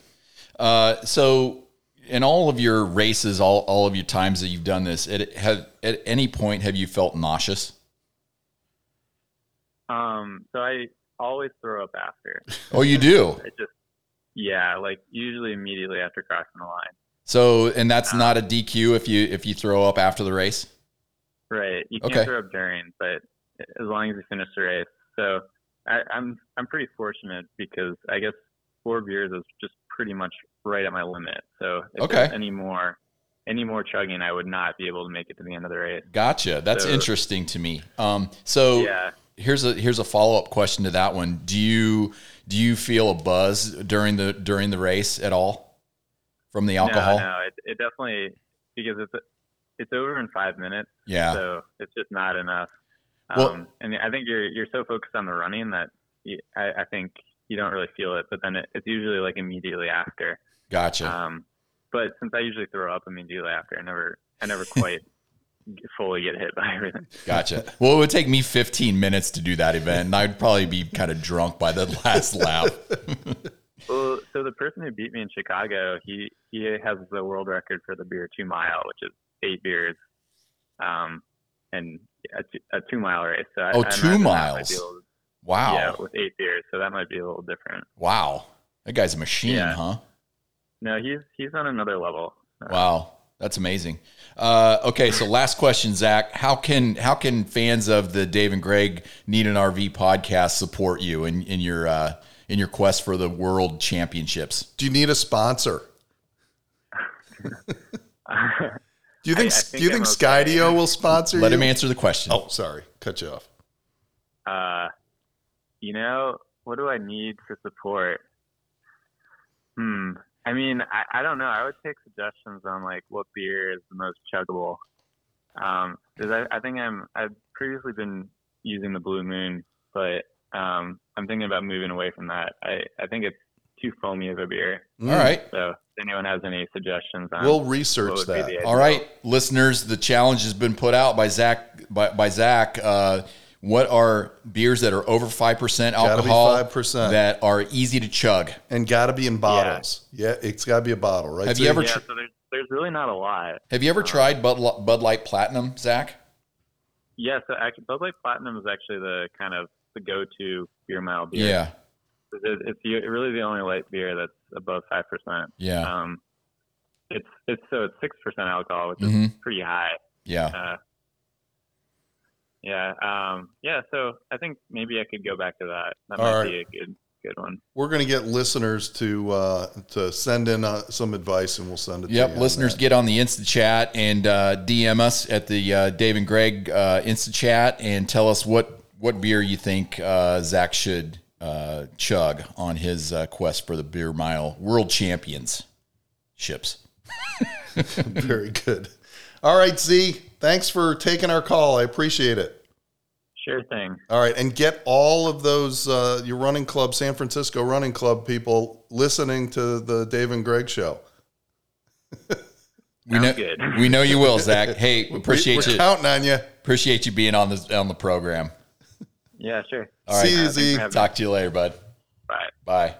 A: Uh, so, in all of your races, all, all of your times that you've done this, at, have, at any point have you felt nauseous?
D: Um, so I always throw up
A: [LAUGHS]
D: after.
A: Oh, you do.
D: I just, yeah, like usually immediately after crossing the line.
A: So, and that's
D: Ah.
A: not a DQ if you if you throw up after the race.
D: Right. You can't
A: Okay.
D: throw up during, but as long as you finish the race. So I, I'm I'm pretty fortunate because I guess four beers is just pretty much right at my limit. So if
A: Okay.
D: there's any more any more chugging, I would not be able to make it to the end of the race.
A: Gotcha. That's
D: So-
A: interesting to me. Um, so
D: yeah.
A: here's a here's a follow up question to that one. Do you do you feel a buzz during the during the race at all from the alcohol?
D: No, no, it, it definitely because it's it's over in five minutes,
A: Yeah,
D: so it's just not enough. Um,
A: Well-
D: and I think you're you're so focused on the running that you, I, I think you don't really feel it. But then it, it's usually like immediately after.
A: gotcha.
D: Um, but since I usually throw up immediately after, I never I
A: [LAUGHS]
D: never quite get- fully get hit by everything.
A: Gotcha. Well, it would take me 15 minutes to do that event, and I'd probably be kind of drunk by the last
D: [LAUGHS]
A: lap.
D: Well, so the person who beat me in Chicago, he he has the world record for the beer two mile, which is eight beers, um, and a, t- a two mile race. So I,
A: Oh,
D: I
A: two
D: imagine that might
A: miles.
D: be a little-
A: Wow.
D: Yeah, with eight beers, so that might be a little different.
A: Wow. That guy's a machine,
D: Yeah.
A: huh?
D: No, he's he's on another level.
A: Wow. That's amazing. Uh, okay, so last question, Zach. How can how can fans of the Dave and Greg Need an RV podcast support you in, in your uh, in your quest for the world championships?
B: Do you need
A: [LAUGHS]
B: a sponsor? Do you
D: I-
B: think,
D: I think
B: do you
D: I'm
B: think
D: okay.
B: Skydio will sponsor
A: Let
B: you?
A: him answer the question.
B: Oh, sorry. Cut you off.
D: uh, you know, what do I need for support? Hmm. I mean, I, I don't know. I would take suggestions on like what beer is the most chuggable. Um, 'cause I, I think I'm I've previously been using the Blue Moon, but um, I'm thinking about moving away from that. I, I think it's too foamy of a beer.
A: All right.
D: So if anyone has any suggestions on
B: Mm. We'll
D: what
B: research
D: would be
B: that.
D: the
A: All right, listeners, the challenge has been put out by Zach. By, by Zach, uh, what are beers that are over five percent
B: be
A: alcohol
B: 5%.
A: that are easy to chug?
B: And got to be in bottles. Yeah, it's got to be a bottle, right?
A: Have
B: So
A: you ever
D: yeah,
A: tr-
D: so there's there's really not a lot.
A: Have you ever tried Bud, Li- Bud Light Platinum, Zach?
D: Yeah, so actually, Bud Light Platinum is actually the kind of the go-to beer mile beer. It- it's the- really the only light beer that's above five percent.
A: yeah,
D: Um, it's it's so it's six percent alcohol, which is
A: Mhm.
D: pretty high.
A: yeah.
D: Uh, yeah, um, yeah. So I think maybe I could go back to that. That
B: All
D: might
B: right.
D: be a good good one.
B: We're going to get listeners to uh, to send in uh, some advice, and we'll send it. to
A: Yep,
B: you on
A: listeners
B: that.
A: get on the Insta chat and uh, DM us at the uh, Dave and Greg uh, Insta chat and tell us what what beer you think uh, Zach should uh, chug on his uh, quest for the beer mile world champions ships.
B: [LAUGHS] very good. All right, Z. Thanks for taking our call. I appreciate it.
D: Sure thing.
B: All right, and get all of those uh, your running club, San Francisco running club people listening to the Dave and Greg show.
A: We know,
D: Sounds good.
A: we know you will, Zach.
B: [LAUGHS]
A: Hey, we appreciate
B: We're
A: you.
B: counting on you.
A: Appreciate you being on the on the program.
D: [LAUGHS] Yeah, sure.
A: All right.
B: See you,
D: Uh, thanks
B: Z.
D: for having
A: Talk to you later, bud.
D: me. Bye.
A: Bye.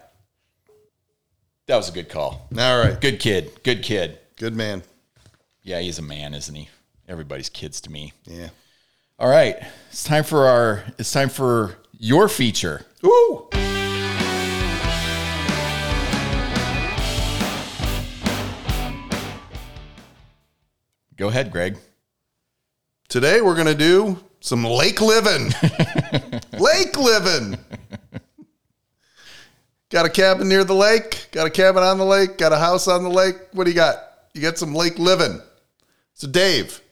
A: That was a good call.
B: All right,
A: Good kid. Good kid.
B: good man.
A: Yeah, he's a man, isn't he? Everybody's kids to me.
B: Yeah.
A: All right. It's time for our it's time for your feature.
B: Ooh.
A: Go ahead, Greg.
B: Today we're gonna do some lake living. lake living. Got a cabin near the lake. Got a cabin on the lake. Got a house on the lake. What do you got? You got some lake living. So Dave,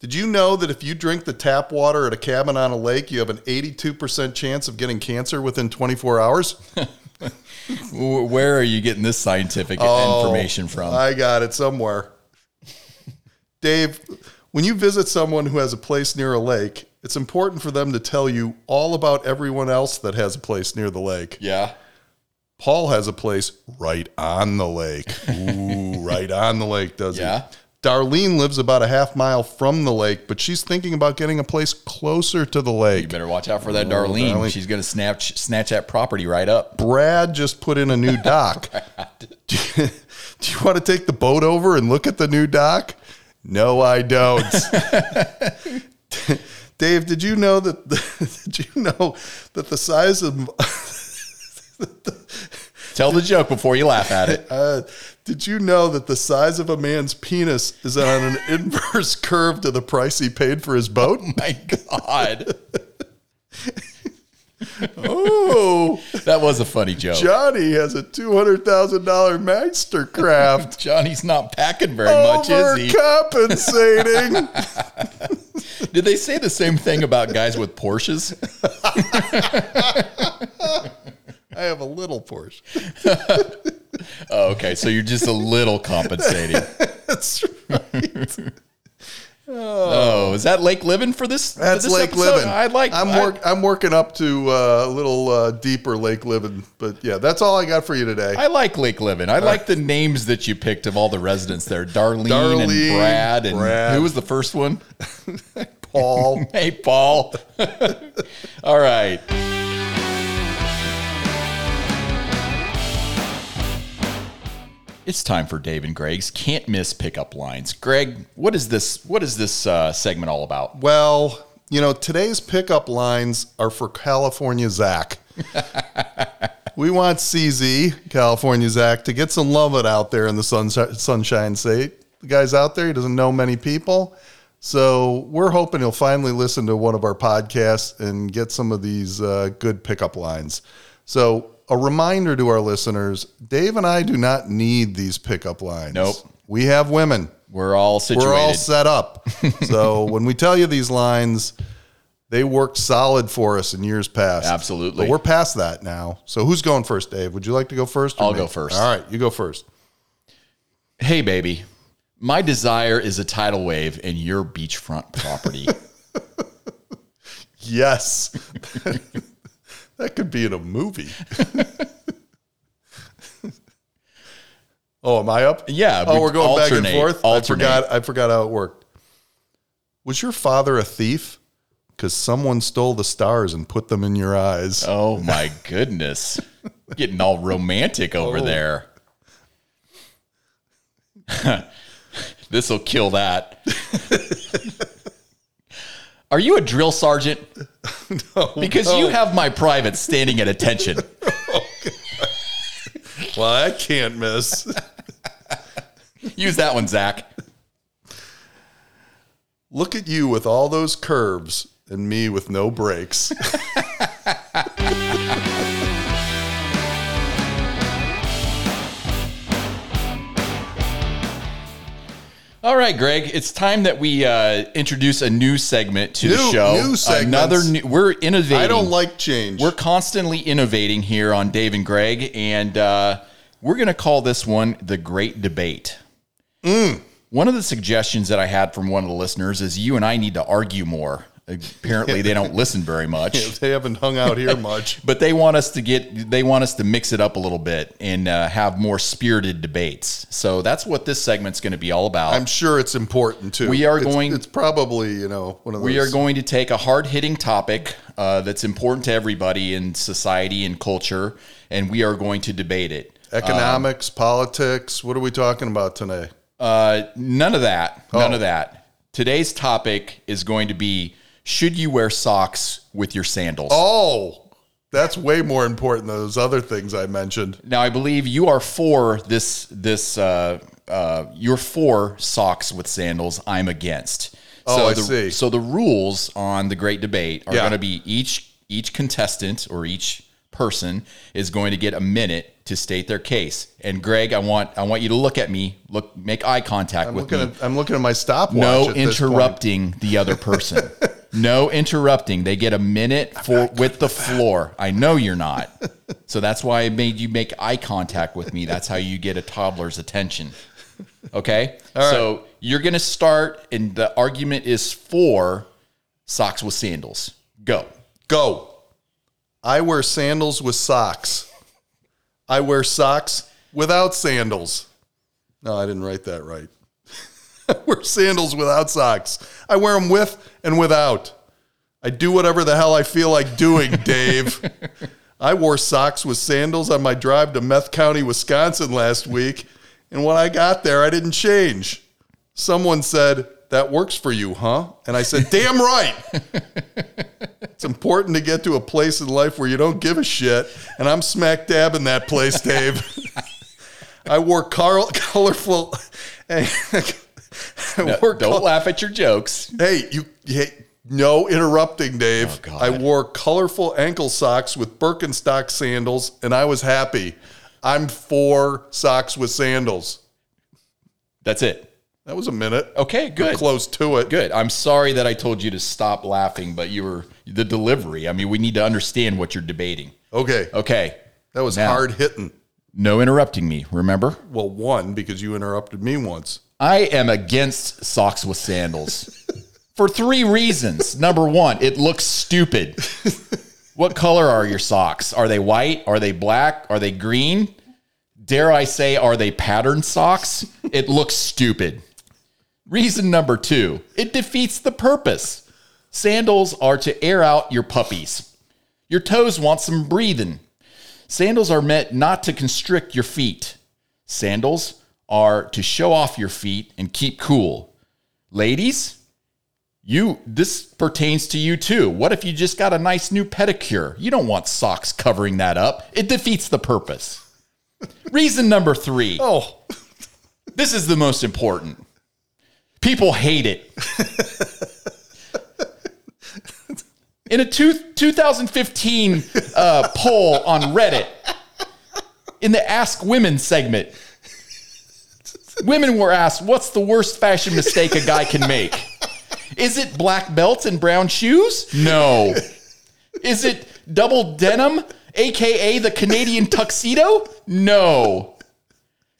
B: did you know that if you drink the tap water at a cabin on a lake, you have an 82% chance of getting cancer within 24 hours?
A: W- Where are you getting this scientific information from?
B: Oh, I got it somewhere. Dave, when you visit someone who has a place near a lake, it's important for them to tell you all about everyone else that has a place near the lake.
A: yeah.
B: Paul has a place right on the lake.
A: [LAUGHS]
B: Ooh, right on the lake, does
A: Yeah.
B: he? Darlene lives about a half mile from the lake, but she's thinking about getting a place closer to the
A: You
B: lake.
A: better watch out for that Darlene.
B: Darlene.
A: She's going to snatch snatch that property right up.
B: Brad just put in a [LAUGHS] new dock. do, you, [LAUGHS] do you want to take the boat over and look at the new dock? No, I don't. [LAUGHS] Dave, did you know that? [LAUGHS] did you know that the size of
A: Tell the joke before you laugh at
B: [LAUGHS]
A: it.
B: uh, did you know that the size of a man's penis is on [LAUGHS] an inverse curve to the price he paid for his boat?
A: My God.
B: Oh,
A: That was a funny joke.
B: Johnny has a two hundred thousand dollar [LAUGHS] Mastercraft.
A: Johnny's not packing very much, is he?
B: Overcompensating.
A: Did they say the same thing about guys with Porsches?
B: [LAUGHS] I have a little Porsche.
A: Oh, okay, so you're just a little
B: [LAUGHS]
A: compensating.
B: That's right.
A: Oh, is that Lake Living for this? for
B: That's
A: this
B: Lake
A: episode?
B: Living.
A: I like.
B: I'm
A: I-
B: work. I'm working up to uh, a little uh, deeper Lake Living, but yeah, that's all I got for you today.
A: I like Lake Living. I like the names that you picked of all the residents there. Darlene,
B: Darlene,
A: and Brad and
B: Brad.
A: who was the first one? [LAUGHS]
B: Paul.
A: Hey, Paul. [LAUGHS] all right. It's time for Dave and Greg's can't miss pickup lines. Greg, what is this? What is this uh, segment all about?
B: Well, you know, today's pickup lines are for California Zach. we want CZ, California Zach, to get some love it out there in the sunshine, sunshine State. The guy's out there, he doesn't know many people. So we're hoping he'll finally listen to one of our podcasts and get some of these uh, good pickup lines. So, a reminder to our listeners Dave and I do not need these pickup lines.
A: Nope.
B: We have women.
A: We're all situated.
B: We're all
A: [LAUGHS]
B: set up. so when we tell you these lines, they worked solid for us in years past.
A: Absolutely.
B: But we're past that now. So who's going first, Dave? Would you like to go first? or
A: I'll
B: me?
A: go first.
B: All right, you go first.
A: Hey, baby, my desire is a tidal wave in your beachfront
B: [LAUGHS]
A: property. [LAUGHS]
B: Yes. that could be in a movie. oh, am I up?
A: Yeah,
B: Oh,
A: we
B: we're going back
A: alternate,
B: and forth.
A: alternate.
B: I forgot I forgot how it worked. Was your father a thief? Because someone stole the stars and put them in your eyes.
A: oh my goodness, getting all romantic over
B: Oh.
A: there. [LAUGHS] this will kill that. Are you a drill sergeant? Because
B: Oh.
A: you have my private standing at attention.
B: Well, I can't miss.
A: Use that one, Zach.
B: [LAUGHS] Look at you with all those curves and me with no brakes.
A: All right, Greg. It's time that we uh, introduce a new segment to the
B: New-
A: show.
B: new segments.
A: Another new, we're innovating.
B: [LAUGHS] I don't like change.
A: We're constantly innovating here on Dave and Greg, and uh, we're going to call this one the Great Debate.
B: Mm.
A: One of the suggestions that I had from one of the listeners is you and I need to argue more. Apparently, they
B: [LAUGHS]
A: don't listen very much
B: they haven't hung out [LAUGHS] here much.
A: but they want us to get they want us to mix it up a little bit and uh, have more spirited debates so that's what this segment's going to be all about
B: I'm sure it's important too.
A: We are
B: It's-
A: going-
B: It's probably you know one of those.
A: we are going to take a hard-hitting topic uh, that's important to everybody in society and culture and we are going to debate it
B: um, economics, politics. What are we talking about today?
A: uh, none of that
B: Oh.
A: none of that today's topic is going to be should you wear socks with your sandals
B: Oh, that's way more important than those other things I mentioned.
A: now i believe you are for this this uh, uh, you're for socks with sandals i'm against
B: Oh,
A: so
B: I
A: the,
B: see.
A: so the rules on the great debate are
B: Yeah.
A: going to be each each contestant or each person is going to get a minute to state their case and greg i want i want you to look at me look make eye contact
B: I'm
A: with
B: looking
A: me
B: at, I'm looking at my stopwatch.
A: no
B: at this point.
A: interrupting the other
B: [LAUGHS]
A: person. no interrupting. They get a minute for with the floor. I know you're not. So that's why I made you make eye contact with me. That's how you get a toddler's attention.
B: [LAUGHS]
A: Okay? So you're going to start and the argument is for socks with sandals.
B: [LAUGHS]
A: Go.
B: Go. I wear sandals with socks. I wear socks without sandals. No, I didn't write that right. [LAUGHS] I wear sandals without socks. I wear them with and without. I do whatever the hell I feel like doing, Dave. I wore socks with sandals on my drive to Meth County, Wisconsin last week, and when I got there, I didn't change. Someone said, That works for you, huh? And I said, Damn right. It's important to get to a place in life where you don't give a shit, and I'm smack dab in that place, Dave. [LAUGHS] I wore Carl colorful. [LAUGHS] I wore
A: Don't
B: col-
A: laugh at your jokes.
B: Hey, you. Hey, no interrupting, Dave.
A: Oh, God.
B: I wore colorful ankle socks with Birkenstock sandals, and I was happy. I'm for socks with sandals.
A: That's it.
B: That was a minute.
A: Okay,
B: We're
A: Oh, good.
B: Close to it.
A: Good. I'm sorry that I told you to stop laughing, but you were the delivery. I mean, we need to understand what you're debating.
B: Okay.
A: Okay.
B: That was
A: Oh, Now-
B: hard hitting.
A: No interrupting me, remember?
B: Well, one, because you interrupted me once.
A: I am against socks with sandals for three reasons. Number one, it looks stupid. What color are your socks? Are they white? Are they black? Are they green? Dare I say, are they patterned socks? It looks stupid. Reason number two, it defeats the purpose. Sandals are to air out your puppies. Your toes want some breathing. Sandals are meant not to constrict your feet. Sandals are to show off your feet and keep cool. Ladies, you this pertains to you too. What if you just got a nice new pedicure? You don't want socks covering that up. It defeats the purpose. Reason number 3.
B: Oh,
A: This is the most important. People hate it. In a two, 2015 uh, poll on Reddit, in the Ask Women segment, women were asked, What's the worst fashion mistake a guy can make? Is it black belts and brown shoes? No. Is it double denim, AKA the Canadian tuxedo? No.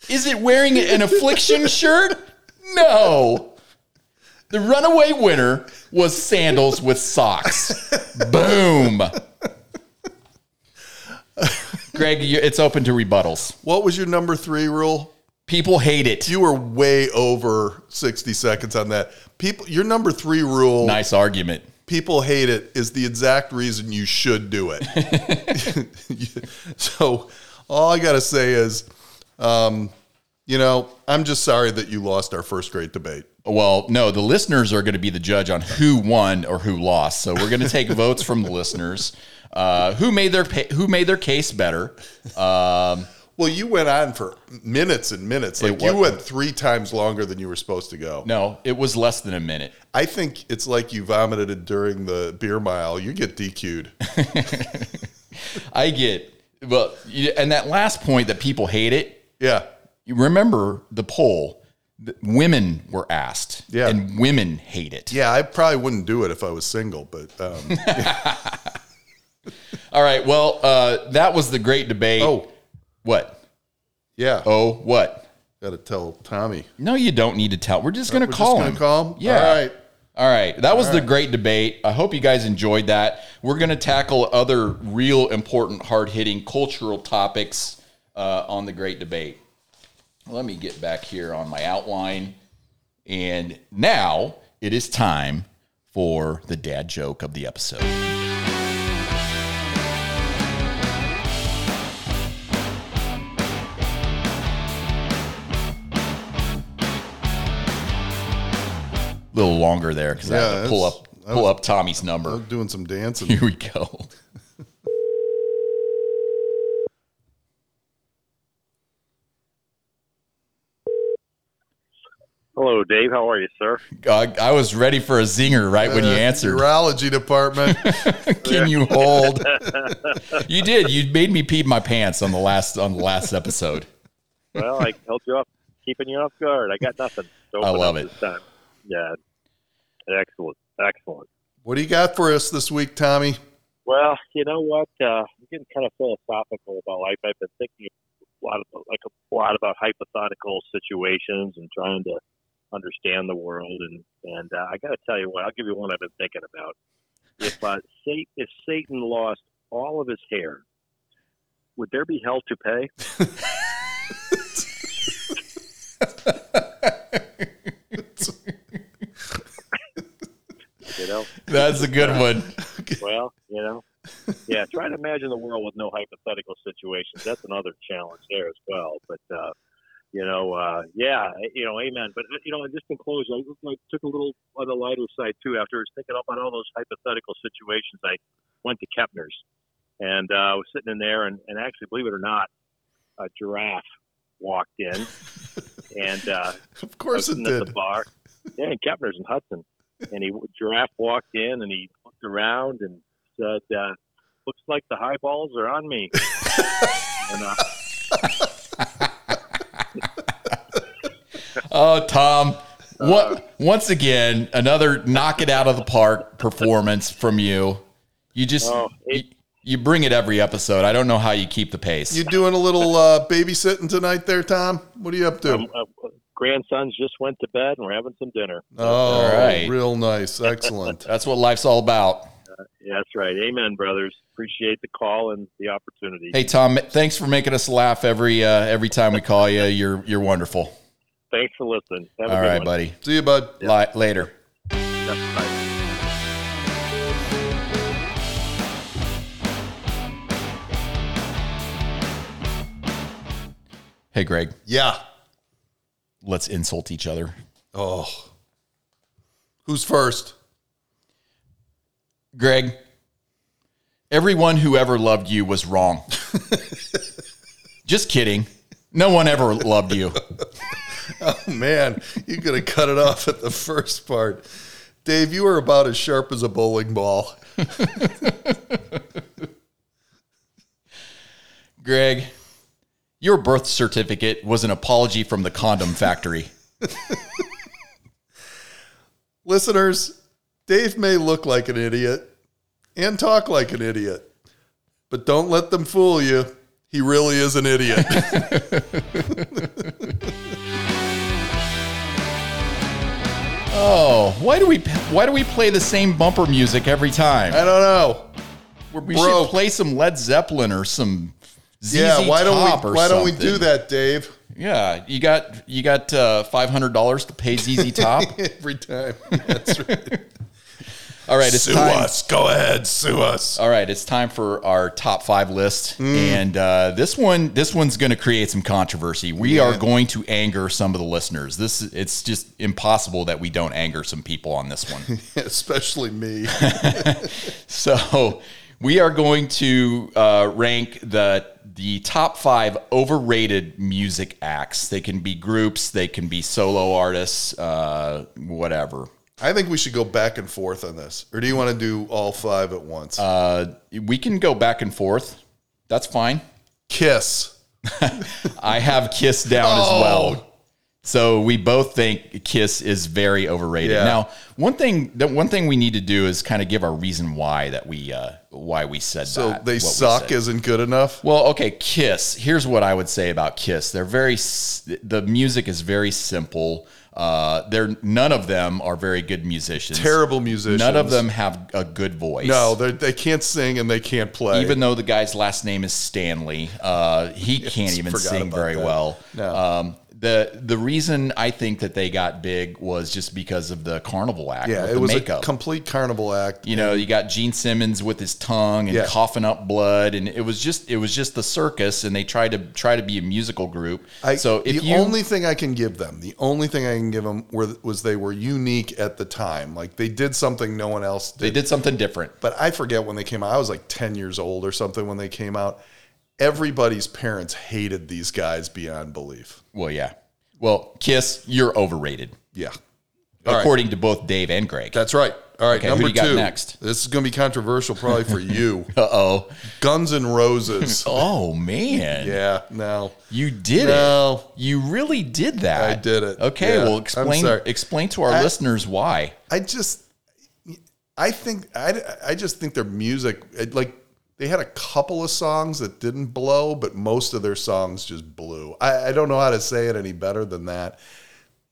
A: Is it wearing an affliction shirt? No. The runaway winner was sandals with socks. Boom. Greg, you- it's open to rebuttals.
B: what was your number three rule?
A: People hate it.
B: You were way over 60 seconds on that. People, your number three rule,
A: Nice argument.
B: people hate it, is the exact reason you should do it.
A: [LAUGHS]
B: [LAUGHS] so, all I got to say is, um, you know, I'm just sorry that you lost our first great debate.
A: Well, no, the listeners are going to be the judge on who won or who lost. So we're going to take votes from the listeners. Uh, who made their pa- who made their case better? Um,
B: Well, you went on for minutes and minutes. Like, you
A: wa-
B: went three times longer than you were supposed to go.
A: no, it was less than a minute.
B: I think it's like you vomited during the beer mile. You get DQ'd.
A: I get well, you- and that last point that people hate it.
B: [LAUGHS] Yeah.
A: You remember the poll? that Women were asked,
B: Yeah.
A: and women hate it.
B: Yeah, I probably wouldn't do it if I was single, but
A: [LAUGHS]
B: um,
A: All right. Well, uh, that was the great debate.
B: oh,
A: what?
B: yeah.
A: Oh, what?
B: Got to tell Tommy.
A: No, you don't need to tell. We're just going to
B: We're
A: call
B: just gonna
A: him.
B: call him?
A: Yeah.
B: All right.
A: All right. That was the great debate. I hope you guys enjoyed that. We're going to tackle other real important, hard hitting cultural topics uh, on the great debate. Let me get back here on my outline. And now it is time for the dad joke of the episode. little longer there because I
B: Yeah,
A: have to pull
B: that's-
A: up pull up Tommy's number.
B: I'm doing some
A: [LAUGHS]
B: dancing.
A: Here we go.
D: Hello, Dave. How are you, sir?
A: I, I was ready for a zinger right when you
B: Uh,
A: answered.
B: Urology department.
A: [LAUGHS] Can you
E: [LAUGHS]
A: hold? you did. You made me pee my pants on the last on the last episode.
E: well, I held you up, keeping you off guard. I got nothing. to
A: I
E: open
A: love
E: up
A: it.
E: This time. Yeah, excellent, excellent.
B: what do you got for us this week, Tommy?
E: Well, you know what? Uh, I'm getting kind of philosophical about life. I've been thinking a lot about like a lot about hypothetical situations and trying to understand the world. And and uh, I got to tell you what, I'll give you one I've been thinking about. If uh, Satan, if Satan lost all of his hair, would there be hell to pay? You know.
A: That's a good one.
E: [LAUGHS] Well, you know, yeah. Try to imagine the world with no hypothetical situations. That's another challenge there as well. But uh, you know, uh, yeah, you know, amen. But uh, you know, just in closing, I, I took a little on the lighter side too. After I was thinking about all those hypothetical situations, I went to Kepner's, and uh, I was sitting in there, and, and actually, believe it or not, a giraffe walked in, and uh,
B: Of
E: I
B: course
E: was
B: it
E: sitting at the
B: did.
E: bar. Yeah, in Kepner's in Hudson. And he giraffe walked in and he looked around and said, uh, "Looks like the highballs are
B: [LAUGHS]
E: on me." and, uh,
A: Oh, Tom, What once again another knock it out of the park performance from you. You just
E: Oh, it-
A: you, you bring it every episode. I don't know how you keep the pace.
B: You doing a little uh, babysitting tonight, there, Tom? What are you up to?
E: Um, uh, grandsons just went to bed and we're having some dinner.
B: oh,
A: right.
B: real nice, excellent.
A: That's what life's all about.
E: Yeah, that's right. Amen, brothers. Appreciate the call and the opportunity.
A: Hey Tom, thanks for making us laugh every uh, every time we call you. You're you're wonderful.
E: Thanks for listening. Have
A: all
E: a good
A: right,
E: one.
A: buddy.
B: See you, bud.
A: Li- later.
E: Yeah, bye.
A: Hey Greg,
B: Yeah.
A: let's insult each other.
B: Oh, who's first?
A: Greg, everyone who ever loved you was wrong. Just kidding. No one ever loved you.
B: Oh, Man, you could have cut it off at the [LAUGHS] first part. Dave, you are about as sharp as a bowling ball.
A: Greg, your birth certificate was an apology from the condom factory.
B: Listeners, Dave may look like an idiot and talk like an idiot, but don't let them fool you. He really is
A: [LAUGHS]
B: an idiot.
A: Oh, why do we why do we play the same bumper music every
B: I
A: time?
B: don't know.
A: We're we
B: broke.
A: should play some Led Zeppelin or some ZZ
B: Yeah, why don't
A: Top
B: we
A: or
B: why don't we
A: something.
B: do that, Dave?
A: Yeah, you got you got uh, five hundred dollars to pay
B: [LAUGHS]
A: ZZ Top.
B: Every time. [LAUGHS] That's right.
A: All right, it's
B: sue
A: time. Oh.
B: us. Go ahead,
A: [LAUGHS]
B: sue us.
A: All right, it's time for our top five list,
B: Mm.
A: and uh, this one, this one's going to create some controversy. We are going to anger some of the listeners. This, it's just impossible that we don't anger some people on this one.
B: Especially me.
A: so, [LAUGHS] we are going to uh, rank the the top five overrated music acts. They can be groups, they can be solo artists, uh, whatever.
B: I think we should go back and forth on this. Or do you want to do all five at once?
A: Uh, we can go back and forth. That's fine. uh,
B: Kiss.
A: I have
B: [LAUGHS]
A: Kiss down
B: Oh.
A: as well. So we both think Kiss is very overrated.
B: Yeah.
A: Now, one thing that one thing we need to do is kind of give our reason why that we uh, why we said
B: So
A: that. what
B: they
A: we
B: suck
A: said.
B: isn't good enough.
A: well, okay, Kiss. Here's what I would say about Kiss. They're very s- the music is very simple. Uh, they're none of them are very good musicians.
B: Terrible musicians.
A: None of them have a good voice.
B: No, they they can't sing and they can't play.
A: even though the guy's last name is Stanley, uh, he can't even
B: forgot
A: sing
B: about
A: very
B: that.
A: well.
B: No.
A: Um, the the reason I think that they got big was just because of the carnival act.
B: yeah,
A: with
B: it
A: the
B: was
A: makeup.
B: a complete carnival act.
A: you know, you got Gene Simmons with his tongue and
B: Yeah.
A: coughing up blood, and it was just it was just the circus, and they tried to try to be a musical group.
B: I,
A: so if
B: the
A: you
B: only thing I can give them, the only thing I can give them were, was they were unique at the time. Like they did something no one else did.
A: they did something different,
B: But I forget when they came out. I was like 10 years old or something when they came out. Everybody's parents hated these guys beyond belief.
A: well, yeah, well, Kiss, you're overrated,
B: Yeah. All right.
A: according to both Dave and Greg. Uh
B: That's right. All right,
A: Okay, who
B: number
A: do you got
B: two.
A: next?
B: This is going to be controversial, probably for [LAUGHS] you.
A: oh,
B: Guns and [LAUGHS] Roses.
A: oh man,
B: yeah, no,
A: You did
B: No.
A: it. You really did that.
B: I did it.
A: Okay,
B: Yeah.
A: well
B: I'm
A: explain
B: sorry.
A: explain to our
B: I-
A: listeners why.
B: I just, I think I, I just think their music it, like they had a couple of songs that didn't blow, but most of their songs just blew. I, I don't know how to say it any better than that.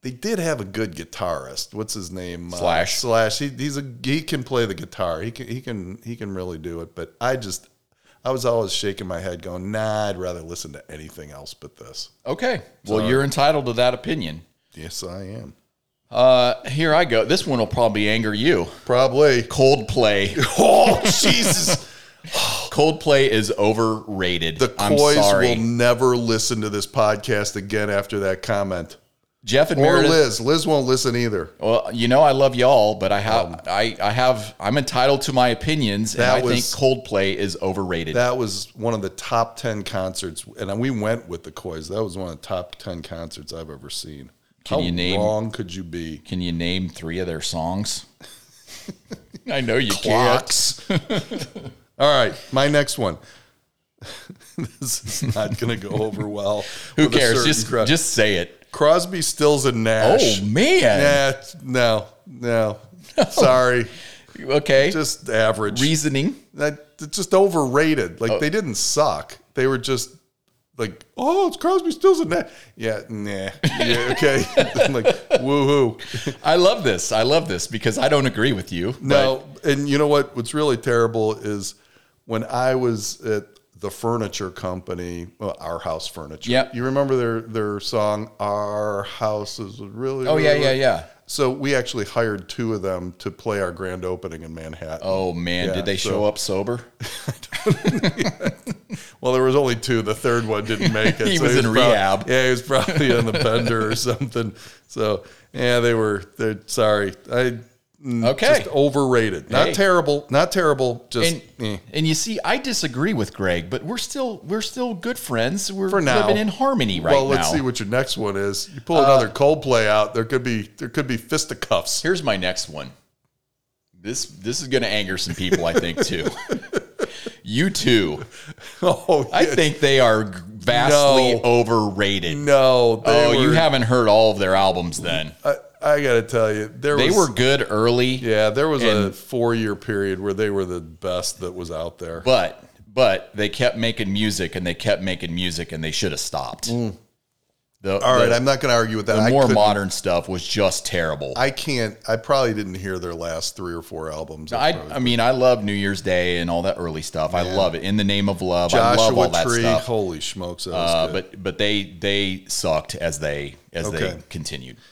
B: They did have a good guitarist. What's his name? Uh,
A: Slash.
B: Slash. He, he's a he can play the guitar. He can he can he can really do it. But I just. I was always shaking my head, going, "Nah, I'd rather listen to anything else but this."
A: Okay. Well, you're entitled to that opinion.
B: Yes, I am.
A: Uh here I go. This one will probably anger
B: [LAUGHS]
A: you. [LAUGHS]
B: Probably.
A: Coldplay.
B: Oh, Jesus.
A: Coldplay is overrated.
B: The
A: I'm
B: Coys
A: sorry.
B: will never listen to this podcast again after that comment.
A: Jeff and
B: Or
A: Meredith. Oh.
B: Liz. Liz won't listen either.
A: Well, you know I love y'all, but I have I, I have I'm entitled to my opinions and
B: That
A: I think
B: was-
A: Coldplay is overrated.
B: That was one of the top 10 concerts, and we went with the Coys. That was one of the top 10 concerts I've ever seen.
A: Can
B: How
A: you name-
B: wrong could you be?
A: Can you name 3 of their songs? [LAUGHS] I know you can't.
B: Blocks. All right, my next one. [LAUGHS] this is not going to go over well.
A: Who
B: with a
A: cares? [LAUGHS]
B: certain
A: Just
B: crowd.
A: just say it.
B: Crosby, Stills, and Nash.
A: Oh man.
B: Nah, no,
A: [LAUGHS]
B: no, Sorry,
A: Okay.
B: just average.
A: Reasoning.
B: That- it's just overrated.
A: Oh.
B: Like they didn't suck. They were just like, oh, it's Crosby, Stills, and Nash. Yeah, nah.
A: [LAUGHS]
B: Yeah, okay. [LAUGHS] I'm like, woohoo.
A: I love this. I love this because I don't agree with you.
B: No, and you know what? What's really terrible is when I was at the furniture company, well, our house furniture.
A: Yep.
B: You remember their their song, "Our House Is Really."
A: but- oh yeah,
B: really
A: yeah, yeah.
B: So we actually hired two of them to play our grand opening in Manhattan.
A: Oh man,
B: Yeah,
A: did they
B: so-
A: show up sober?
B: Well, there was only two. The third one
A: [LAUGHS]
B: didn't make it.
A: He was in
B: prob-
A: rehab.
B: yeah, he was probably
A: [LAUGHS]
B: on the bender or something. So yeah, they were. They're sorry. I mm,
A: Okay.
B: Just overrated. Not
A: Hey.
B: terrible. Not terrible. Just
A: And
B: eh.
A: and you see, I disagree with Greg, but we're still we're still good friends. We're
B: For now.
A: living in harmony right
B: well,
A: now. Uh,
B: let's see what your next one is. You pull another Coldplay out, there could be there could be fisticuffs.
A: Here's my next one. This this is going to anger some people, I think,
B: [LAUGHS]
A: too. you too.
B: [LAUGHS] Oh,
A: I
B: yeah.
A: think they are vastly
B: No.
A: overrated.
B: no. They
A: oh, you
B: were-
A: haven't heard all of their albums then.
B: I, I got to tell you, there
A: They
B: was,
A: were good early,
B: Yeah, there was a
A: and-
B: four year period where they were the best that was out there.
A: but but they kept making music and they kept making music and they should have stopped. The,
B: Mm. All right,
A: the-
B: I'm not going to argue with that.
A: the
B: I
A: more
B: couldn't-
A: modern stuff was just terrible.
B: I can't. I probably didn't hear their last three or four albums.
A: I,
B: probably-
A: I mean, I love New Year's Day and all that early stuff. I love it. In the Name of Love, I love all
B: Joshua
A: that
B: Tree.
A: stuff.
B: Holy smokes! That was
A: Uh,
B: good.
A: but but they they sucked as they as
B: Okay.
A: they continued. [LAUGHS]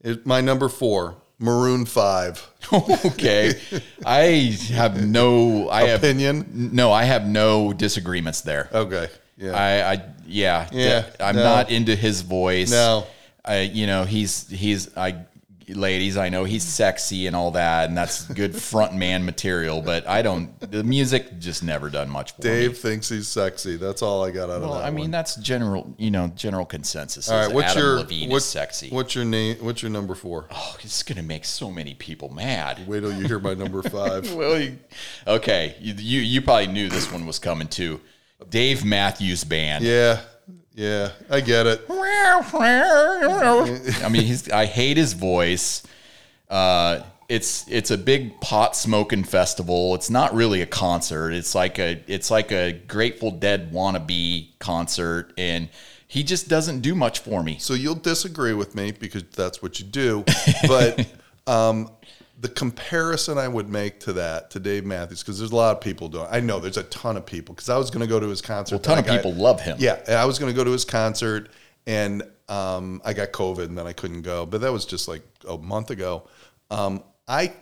B: It- my number four, Maroon Five.
A: okay, I have no I have
B: Opinion?
A: no I have no disagreements there.
B: Okay. Yeah.
A: I, I yeah
B: Yeah,
A: th- I'm
B: no.
A: not into his voice.
B: No.
A: I you know he's he's I ladies I know he's sexy and all that and that's
B: [LAUGHS]
A: good front man material but I don't the music just never done much for me.
B: Dave thinks he's sexy. That's all I got out of
A: Well,
B: that.
A: I mean
B: one.
A: that's general, you know, general consensus.
B: All
A: is
B: right, what's
A: Adam
B: your
A: Levine
B: what-
A: is sexy?
B: What's your name? What's your number four?
A: oh, it's gonna make so many people
B: [LAUGHS]
A: mad.
B: Wait till you hear my
A: [LAUGHS]
B: number five.
A: Well, you- okay, you, you you probably knew this one was coming too. Dave Matthews Band.
B: yeah, yeah, I get it.
A: I mean, he's I hate his voice. Uh, it's it's a big pot smoking festival. It's not really a concert. It's like a it's like a Grateful Dead wannabe concert, and he just doesn't do much for me.
B: So you'll disagree with me because that's what you do.
A: [LAUGHS]
B: But um, the comparison I would make to that to Dave Matthews because there's a lot of people doing. I know there's a ton of people because I was going to go to his concert.
A: A ton of
B: and I got-
A: people love him.
B: Yeah, and I was going to go to his concert, and um, I got COVID, and then I couldn't go. But that was just like a month ago. Um, I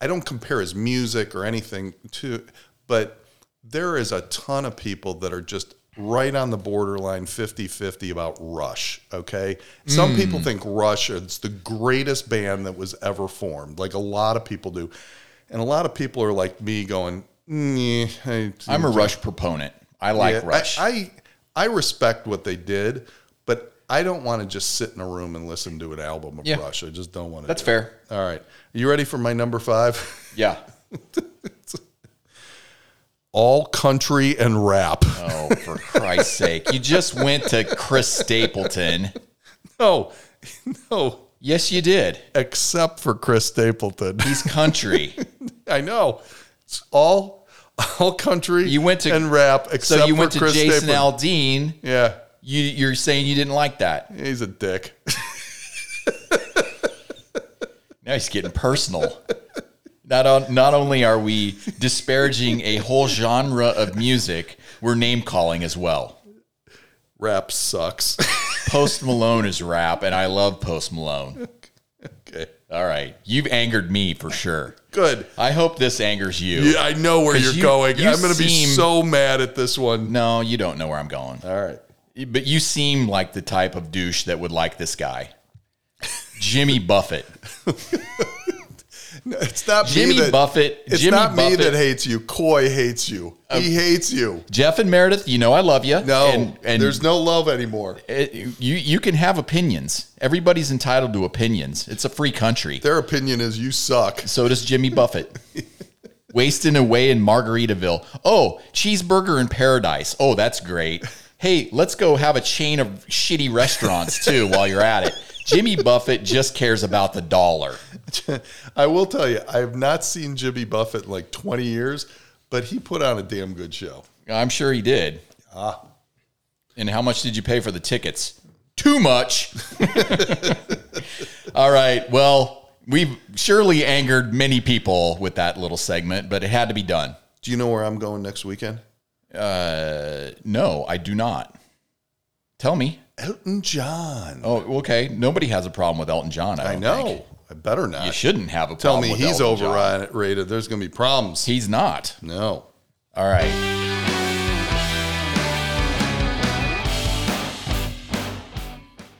B: I don't compare his music or anything to, but there is a ton of people that are just right on the borderline 50-50 about Rush, okay? Some
A: Hmm.
B: people think Rush is the greatest band that was ever formed, like a lot of people do. And a lot of people are like me going, "Nyeh, I-
A: I'm a Rush proponent. I like
B: yeah,
A: Rush.
B: I, I I respect what they did, but I don't want to just sit in a room and listen to an album of
A: Yeah.
B: Rush. I just don't want to.
A: That's
B: do
A: fair.
B: It. All right, Are you ready for my number five? [LAUGHS]
A: Yeah.
B: All country and
A: [LAUGHS]
B: rap.
A: Oh, for Christ's sake! You just went to Chris Stapleton.
B: No, [LAUGHS] no,
A: Yes, you did.
B: except for Chris Stapleton. [LAUGHS]
A: He's [LAUGHS] country.
B: I know. It's all all country.
A: You went to-
B: and rap. Except
A: so you went
B: for
A: to
B: Chris
A: Jason
B: Stapleton.
A: Aldean.
B: Yeah,
A: You, you're saying you didn't like that.
B: he's a dick. [LAUGHS]
A: Now he's getting personal. Not, on, not only are we disparaging a whole genre of music, we're name calling as well.
B: rap sucks. [LAUGHS]
A: Post Malone is rap, and I love Post Malone.
B: okay,
A: All right. You've angered me for sure.
B: good.
A: I hope this angers you.
B: Yeah, I know where
A: 'Cause
B: you're
A: you-
B: going.
A: you
B: I'm going to be
A: seem-
B: so mad at this one.
A: No, you don't know where I'm going.
B: All right.
A: But you seem like the type of douche that would like this guy. Jimmy
B: [LAUGHS]
A: Buffett.
B: No, It's not
A: Jimmy
B: me that,
A: Buffett.
B: It's
A: Jimmy
B: not
A: Buffett.
B: me that hates you. Coy hates you. he hates you.
A: Jeff and Meredith, you know I love you.
B: No,
A: and, and
B: there's no love anymore.
A: it, you you can have opinions. Everybody's entitled to opinions. It's a free country.
B: Their opinion is you suck. [LAUGHS]
A: So does Jimmy Buffett. Wasting away in Margaritaville. Oh, cheeseburger in paradise. Oh, that's great. hey, let's go have a chain of shitty restaurants too while you're at it. Jimmy Buffett just cares about the dollar.
B: I will tell you, I have not seen Jimmy Buffett in like 20 years, but he put on a damn good show.
A: I'm sure he did.
B: Ah.
A: And how much did you pay for the tickets? Too much. [LAUGHS] All right. Well, we've surely angered many people with that little segment, but it had to be done.
B: Do you know where I'm going next weekend?
A: Uh, no, I do not. Tell me.
B: Elton John.
A: Oh, okay. Nobody has a problem with Elton John. I,
B: I
A: don't
B: know.
A: think.
B: I better
A: You
B: not.
A: shouldn't have a
B: Tell
A: problem.
B: me
A: with
B: he's
A: Elton John.
B: overrated. There's going to be problems.
A: He's not.
B: no.
A: All right.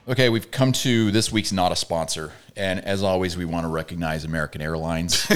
A: Okay, we've come to this week's not a sponsor, and as always, we want to recognize American
B: [LAUGHS]
A: Airlines.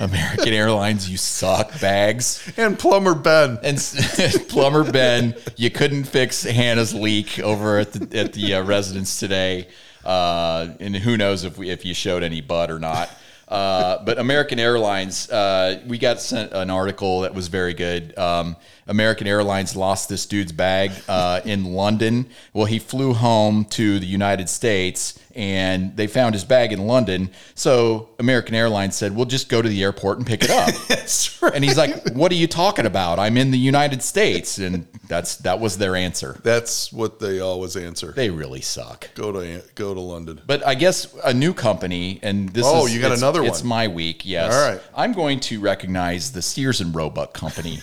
A: American Airlines, you suck, bags.
B: And
A: [LAUGHS]
B: plumber Ben.
A: and s- plumber Ben, you couldn't fix Hannah's leak over at the at the uh, residence today, uh, and who knows if we, if you showed any bud or not. Uh, but American Airlines, uh, we got sent an article that was very good. Um, American Airlines lost this dude's bag uh, in London. Well, he flew home to the United States and they found his bag in London. So American Airlines said, we'll just go to the airport and pick it up.
B: That's right.
A: And he's like, "What are you talking about? I'm in the United States." And that's that was their answer.
B: That's what they always answer.
A: They really suck.
B: go to go to London.
A: But I guess a new company, and this
B: Oh,
A: is-
B: you got
A: it's-
B: another
A: It's
B: one.
A: my week. Yes.
B: All right.
A: I'm going to recognize the Sears and Roebuck company.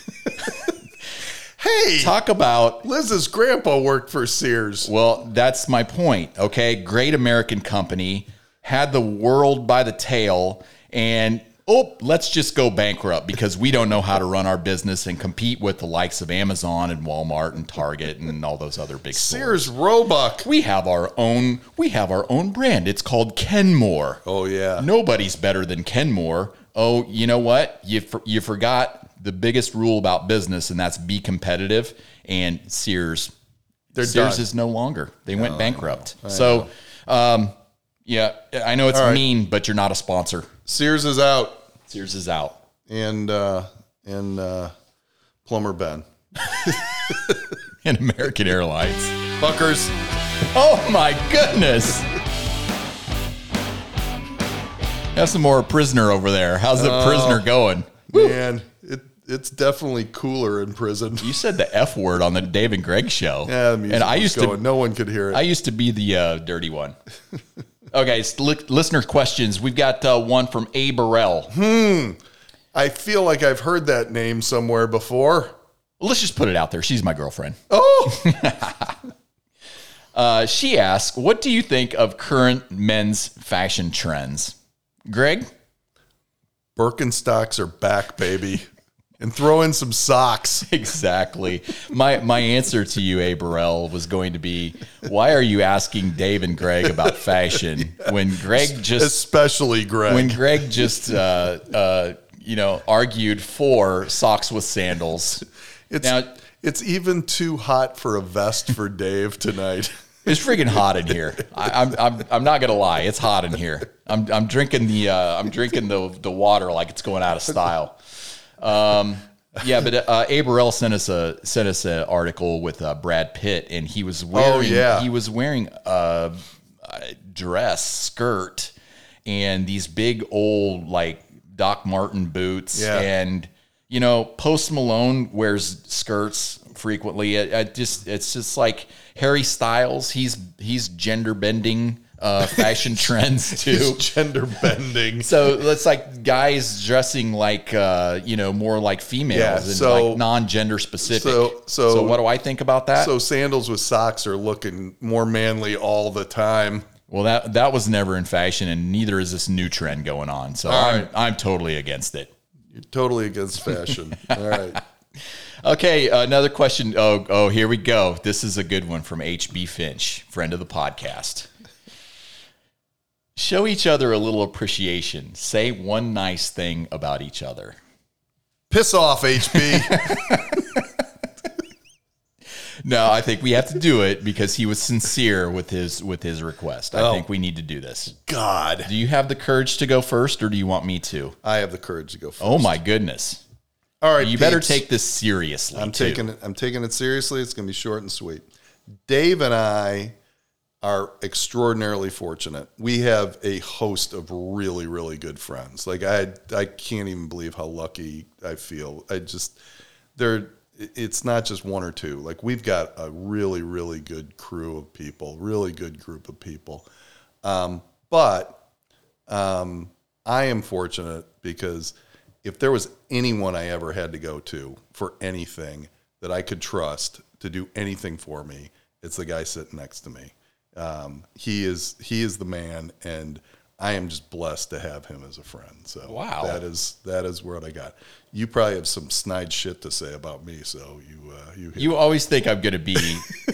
B: Hey,
A: Talk about
B: Liz's grandpa worked for Sears.
A: Well, that's my point. Okay. Great American company had the world by the tail and oh, let's just go bankrupt because we don't know how to run our business and compete with the likes of Amazon and Walmart and Target and all those other big stores.
B: Sears Roebuck.
A: We have our own we have our own brand. It's called Kenmore.
B: Oh yeah.
A: Nobody's better than Kenmore. Oh, you know what? You for, you forgot the biggest rule about business and that's be competitive and Sears
B: They're
A: Sears
B: done. Oh,
A: is no longer. They went bankrupt. So, um, yeah, I know it's
B: right.
A: mean, but you're not a sponsor.
B: Sears is out,
A: Sears is out.
B: and uh, and uh, plumber Ben.
A: [LAUGHS] And American Airlines.
B: Fuckers.
A: Oh my goodness. Have some more prisoner over there. How's
B: Uh,
A: the prisoner going?
B: Man, it it's definitely cooler in prison. [LAUGHS]
A: You said the F word on the Dave and Greg show.
B: Yeah, the music
A: and I
B: was
A: used
B: going.
A: to
B: No one could hear it.
A: I used to be the uh, dirty
B: [LAUGHS]
A: one. okay, s- li- listener questions. We've got uh, one from A Burrell.
B: I feel like I've heard that name somewhere before.
A: Let's just put it out there. She's my girlfriend.
B: Oh,
A: [LAUGHS] Uh, she asks, "What do you think of current men's fashion trends?" Greg, [LAUGHS]
B: Birkenstocks are back,
A: [LAUGHS]
B: baby, and throw in some socks.
A: exactly. my my answer to you, A. Burrell, was going to be, "Why are you asking Dave and Greg
B: [LAUGHS]
A: about fashion when Greg just
B: Especially Greg.
A: when Greg just uh, uh, you know argued for socks with sandals?"
B: it's
A: now-
B: it's even too hot for a vest for Dave
A: [LAUGHS]
B: tonight.
A: It's freaking hot in here. I, I'm, I'm I'm not gonna lie. It's hot in here. I'm I'm drinking the uh, I'm drinking the the water like it's going out of style. Um, yeah, but uh, Aberell sent us a sent us an article with uh, Brad Pitt, and he was wearing
B: Oh, yeah.
A: he was wearing a, a dress skirt and these big old like Doc Martin boots
B: Yeah.
A: and. You know, Post Malone wears skirts frequently. I, I just, it's just like Harry Styles. He's he's gender bending
B: [LAUGHS]
A: uh, fashion trends
B: It's
A: too.
B: gender bending.
A: So it's like guys dressing like uh, you know more like females
B: Yeah,
A: and
B: so-
A: like non-gender specific.
B: so- so-
A: what do I think about that?
B: So sandals with socks are looking more manly all the time.
A: well, that that was never in fashion, and neither is this new trend going on. So
B: All
A: I'm
B: right.
A: I'm totally against it.
B: You're totally against
A: [LAUGHS]
B: fashion. all right.
A: Okay, another question. Oh, oh, here we go. This is a good one from HB Finch, friend of the podcast. Show each other a little appreciation. Say one nice thing about each other.
B: Piss off,
A: [LAUGHS]
B: HB.
A: No, I think we have to do it because he was sincere with his with his request. I
B: Oh.
A: think we need to do this.
B: God.
A: Do you have the courage to go first or do you want me to?
B: I have the courage to go first.
A: Oh my goodness.
B: All right,
A: you better
B: peeps.
A: take this seriously.
B: I'm
A: too.
B: taking it. I'm taking it seriously. It's going to be short and sweet. Dave and I are extraordinarily fortunate. We have a host of really, really good friends. Like I, I can't even believe how lucky I feel. I just, they're. It's not just one or two. Like we've got a really, really good crew of people. Really good group of people. Um, but um, I am fortunate because if there was anyone I ever had to go to for anything that I could trust to do anything for me, it's the guy sitting next to me. Um, he is he is the man, and I am just blessed to have him as a friend. So
A: Wow.
B: that is that is what I got. You probably have some snide shit to say about me, so you uh, you, hit-
A: You always think I'm going to be.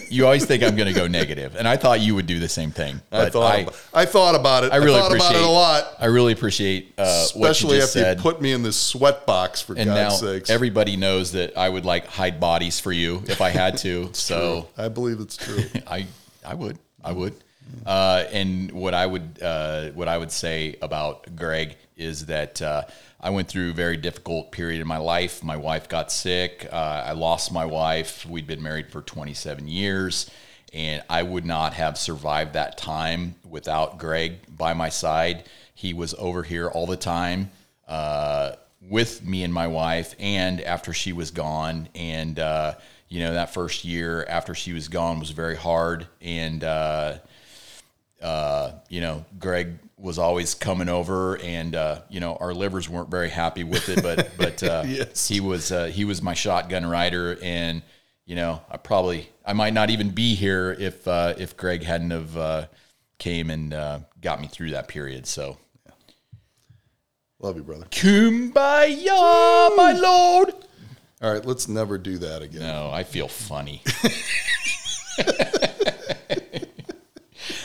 A: you always think I'm going to go negative, and I thought you would do the same thing.
B: I
A: But
B: thought
A: I,
B: ab- I, thought about it.
A: I really
B: thought about it
A: appreciate-
B: a lot,
A: I really appreciate uh, what
B: especially
A: you just
B: after
A: said.
B: you put me in this sweat box for
A: and now
B: God's sakes.
A: everybody knows that I would like hide bodies for you if I had
B: [LAUGHS]
A: to. so
B: I believe
A: [LAUGHS]
B: it's true.
A: I I would I would. Uh, and what I would uh, what I would say about Greg is that uh, I went through a very difficult period in my life. My wife got sick. Uh, I lost my wife. We'd been married for 27 years, and I would not have survived that time without Greg by my side. He was over here all the time uh, with me and my wife, and after she was gone, and uh, you know that first year after she was gone was very hard, and uh, uh, you know Greg was always coming over, and uh, you know our livers weren't very happy with it, but but uh,
B: Yes.
A: he was uh, he was my shotgun rider, and you know I probably I might not even be here if uh, if Greg hadn't have uh, came and uh, got me through that period, so.
B: Love you, brother.
A: Kumbaya, my lord.
B: All right, let's never do that again.
A: No, I feel
B: [LAUGHS]
A: funny.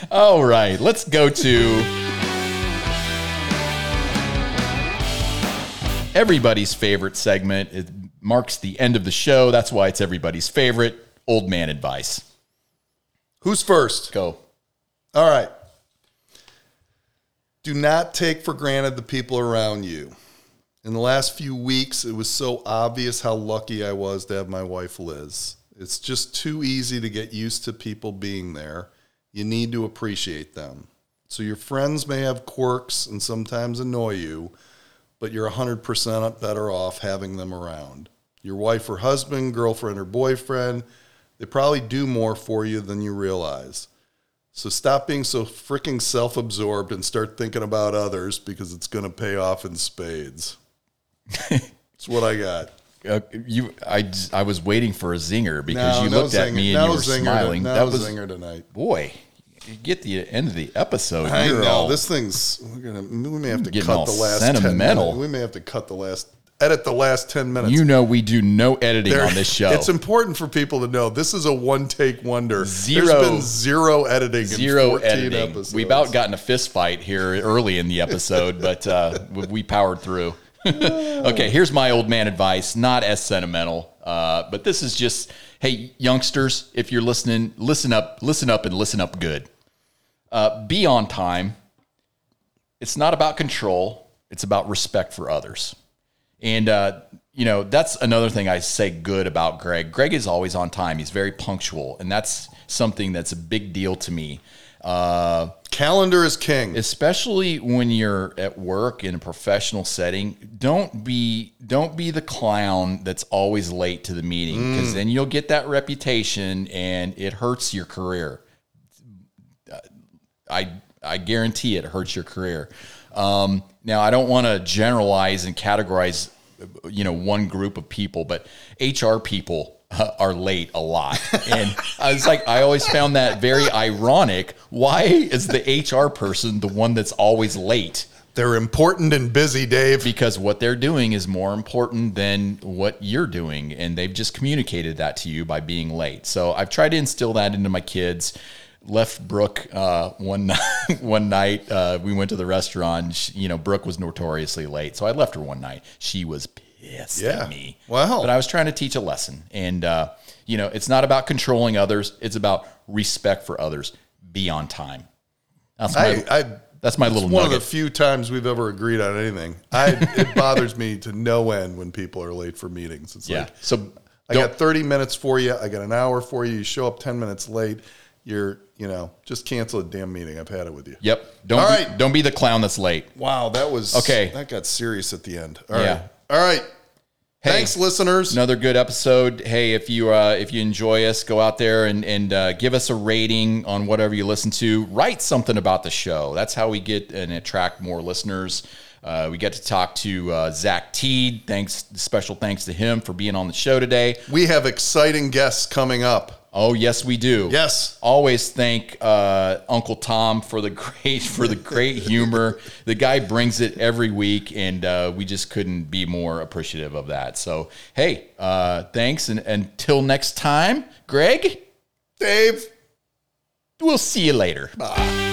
A: All right, let's go to everybody's favorite segment. It marks the end of the show. That's why it's everybody's favorite. Old man advice.
B: Who's first?
A: Go.
B: All right. Do not take for granted the people around you. In the last few weeks, it was so obvious how lucky I was to have my wife, Liz. It's just too easy to get used to people being there. You need to appreciate them. So, your friends may have quirks and sometimes annoy you, but you're 100% better off having them around. Your wife or husband, girlfriend or boyfriend, they probably do more for you than you realize. So stop being so freaking self absorbed and start thinking about others because it's going to pay off
A: [LAUGHS]
B: in spades. That's what I got.
A: Uh, you, I, j- I was waiting for a zinger because
B: No,
A: you
B: no
A: looked at
B: zinger-
A: me and
B: no
A: you were
B: zinger to-
A: smiling.
B: no
A: that was
B: zinger tonight.
A: boy, you get the end of the episode.
B: I
A: you're
B: know
A: all-
B: this thing's. We're gonna. We may have to
A: Getting
B: cut
A: all
B: the last
A: sentimental.
B: Ten minutes. We may have to cut the last. Edit the last ten minutes.
A: You know we do no editing
B: There-
A: on
B: [LAUGHS]
A: this show.
B: It's important for people to know this is a one take wonder.
A: Zero-
B: There's been zero editing. in
A: Zero
B: 14
A: editing.
B: Episodes.
A: We about got in a fist fight here early in the episode, but uh, we- we powered through. [LAUGHS] okay, here's my old man advice. Not as sentimental, uh, but this is just hey, youngsters, if you're listening, listen up, listen up, and listen up good. Uh, be on time. It's not about control. It's about respect for others. And, uh, you know, that's another thing I say good about Greg. Greg is always on time. He's very punctual. And that's something that's a big deal to me, uh,
B: calendar is king.
A: especially when you're at work in a professional setting. Don't be don't be the clown that's always late to the meeting because then you'll get that reputation and it hurts your career. I I guarantee it hurts your career. Um, now I don't want to generalize and categorize, you know, one group of people, but HR people uh, are late a lot, and I was like, I always found that very ironic. Why is the HR person the one that's always late?
B: They're important and busy, Dave.
A: Because what they're doing is more important than what you're doing, and they've just communicated that to you by being late. So I've tried to instill that into my kids. Left Brooke uh, one [LAUGHS] night. One night uh, we went to the restaurant. She, you know, Brooke was notoriously late, so I left her one night. She was pissed
B: Yeah.
A: at me.
B: Wow.
A: But I was trying to teach a lesson, and uh, you know, it's not about controlling others; it's about respect for others. Be on time. That's my
B: I, I
A: That's my little
B: One of
A: nugget.
B: the few times we've ever agreed on anything. I it bothers me to no end when people are late for meetings. It's
A: yeah.
B: like
A: So
B: I
A: don't-
B: got 30 minutes for you. I got an hour for you. You show up 10 minutes late. You're, you know, just cancel a damn meeting. I've had it with you.
A: Yep. Don't
B: All
A: be,
B: right.
A: don't be the clown that's late.
B: Wow, that was
A: Okay.
B: That got serious at the end. All right.
A: Yeah.
B: All right.
A: Hey.
B: Thanks, listeners.
A: Another good episode. Hey, if you uh, if you enjoy us, go out there and and uh, give us a rating on whatever you listen to. Write something about the show. That's how we get and attract more listeners. Uh, we get to talk to uh, Zach Teed. Thanks, special thanks to him for being on the show today.
B: We have exciting guests coming up.
A: Oh yes, we do.
B: Yes.
A: always thank uh, Uncle Tom for the [LAUGHS] great for the great humor. the guy brings it every week, and uh, we just couldn't be more appreciative of that. So hey, uh, thanks, and until next time, Greg,
B: Dave.
A: we'll see you later.
B: Ah.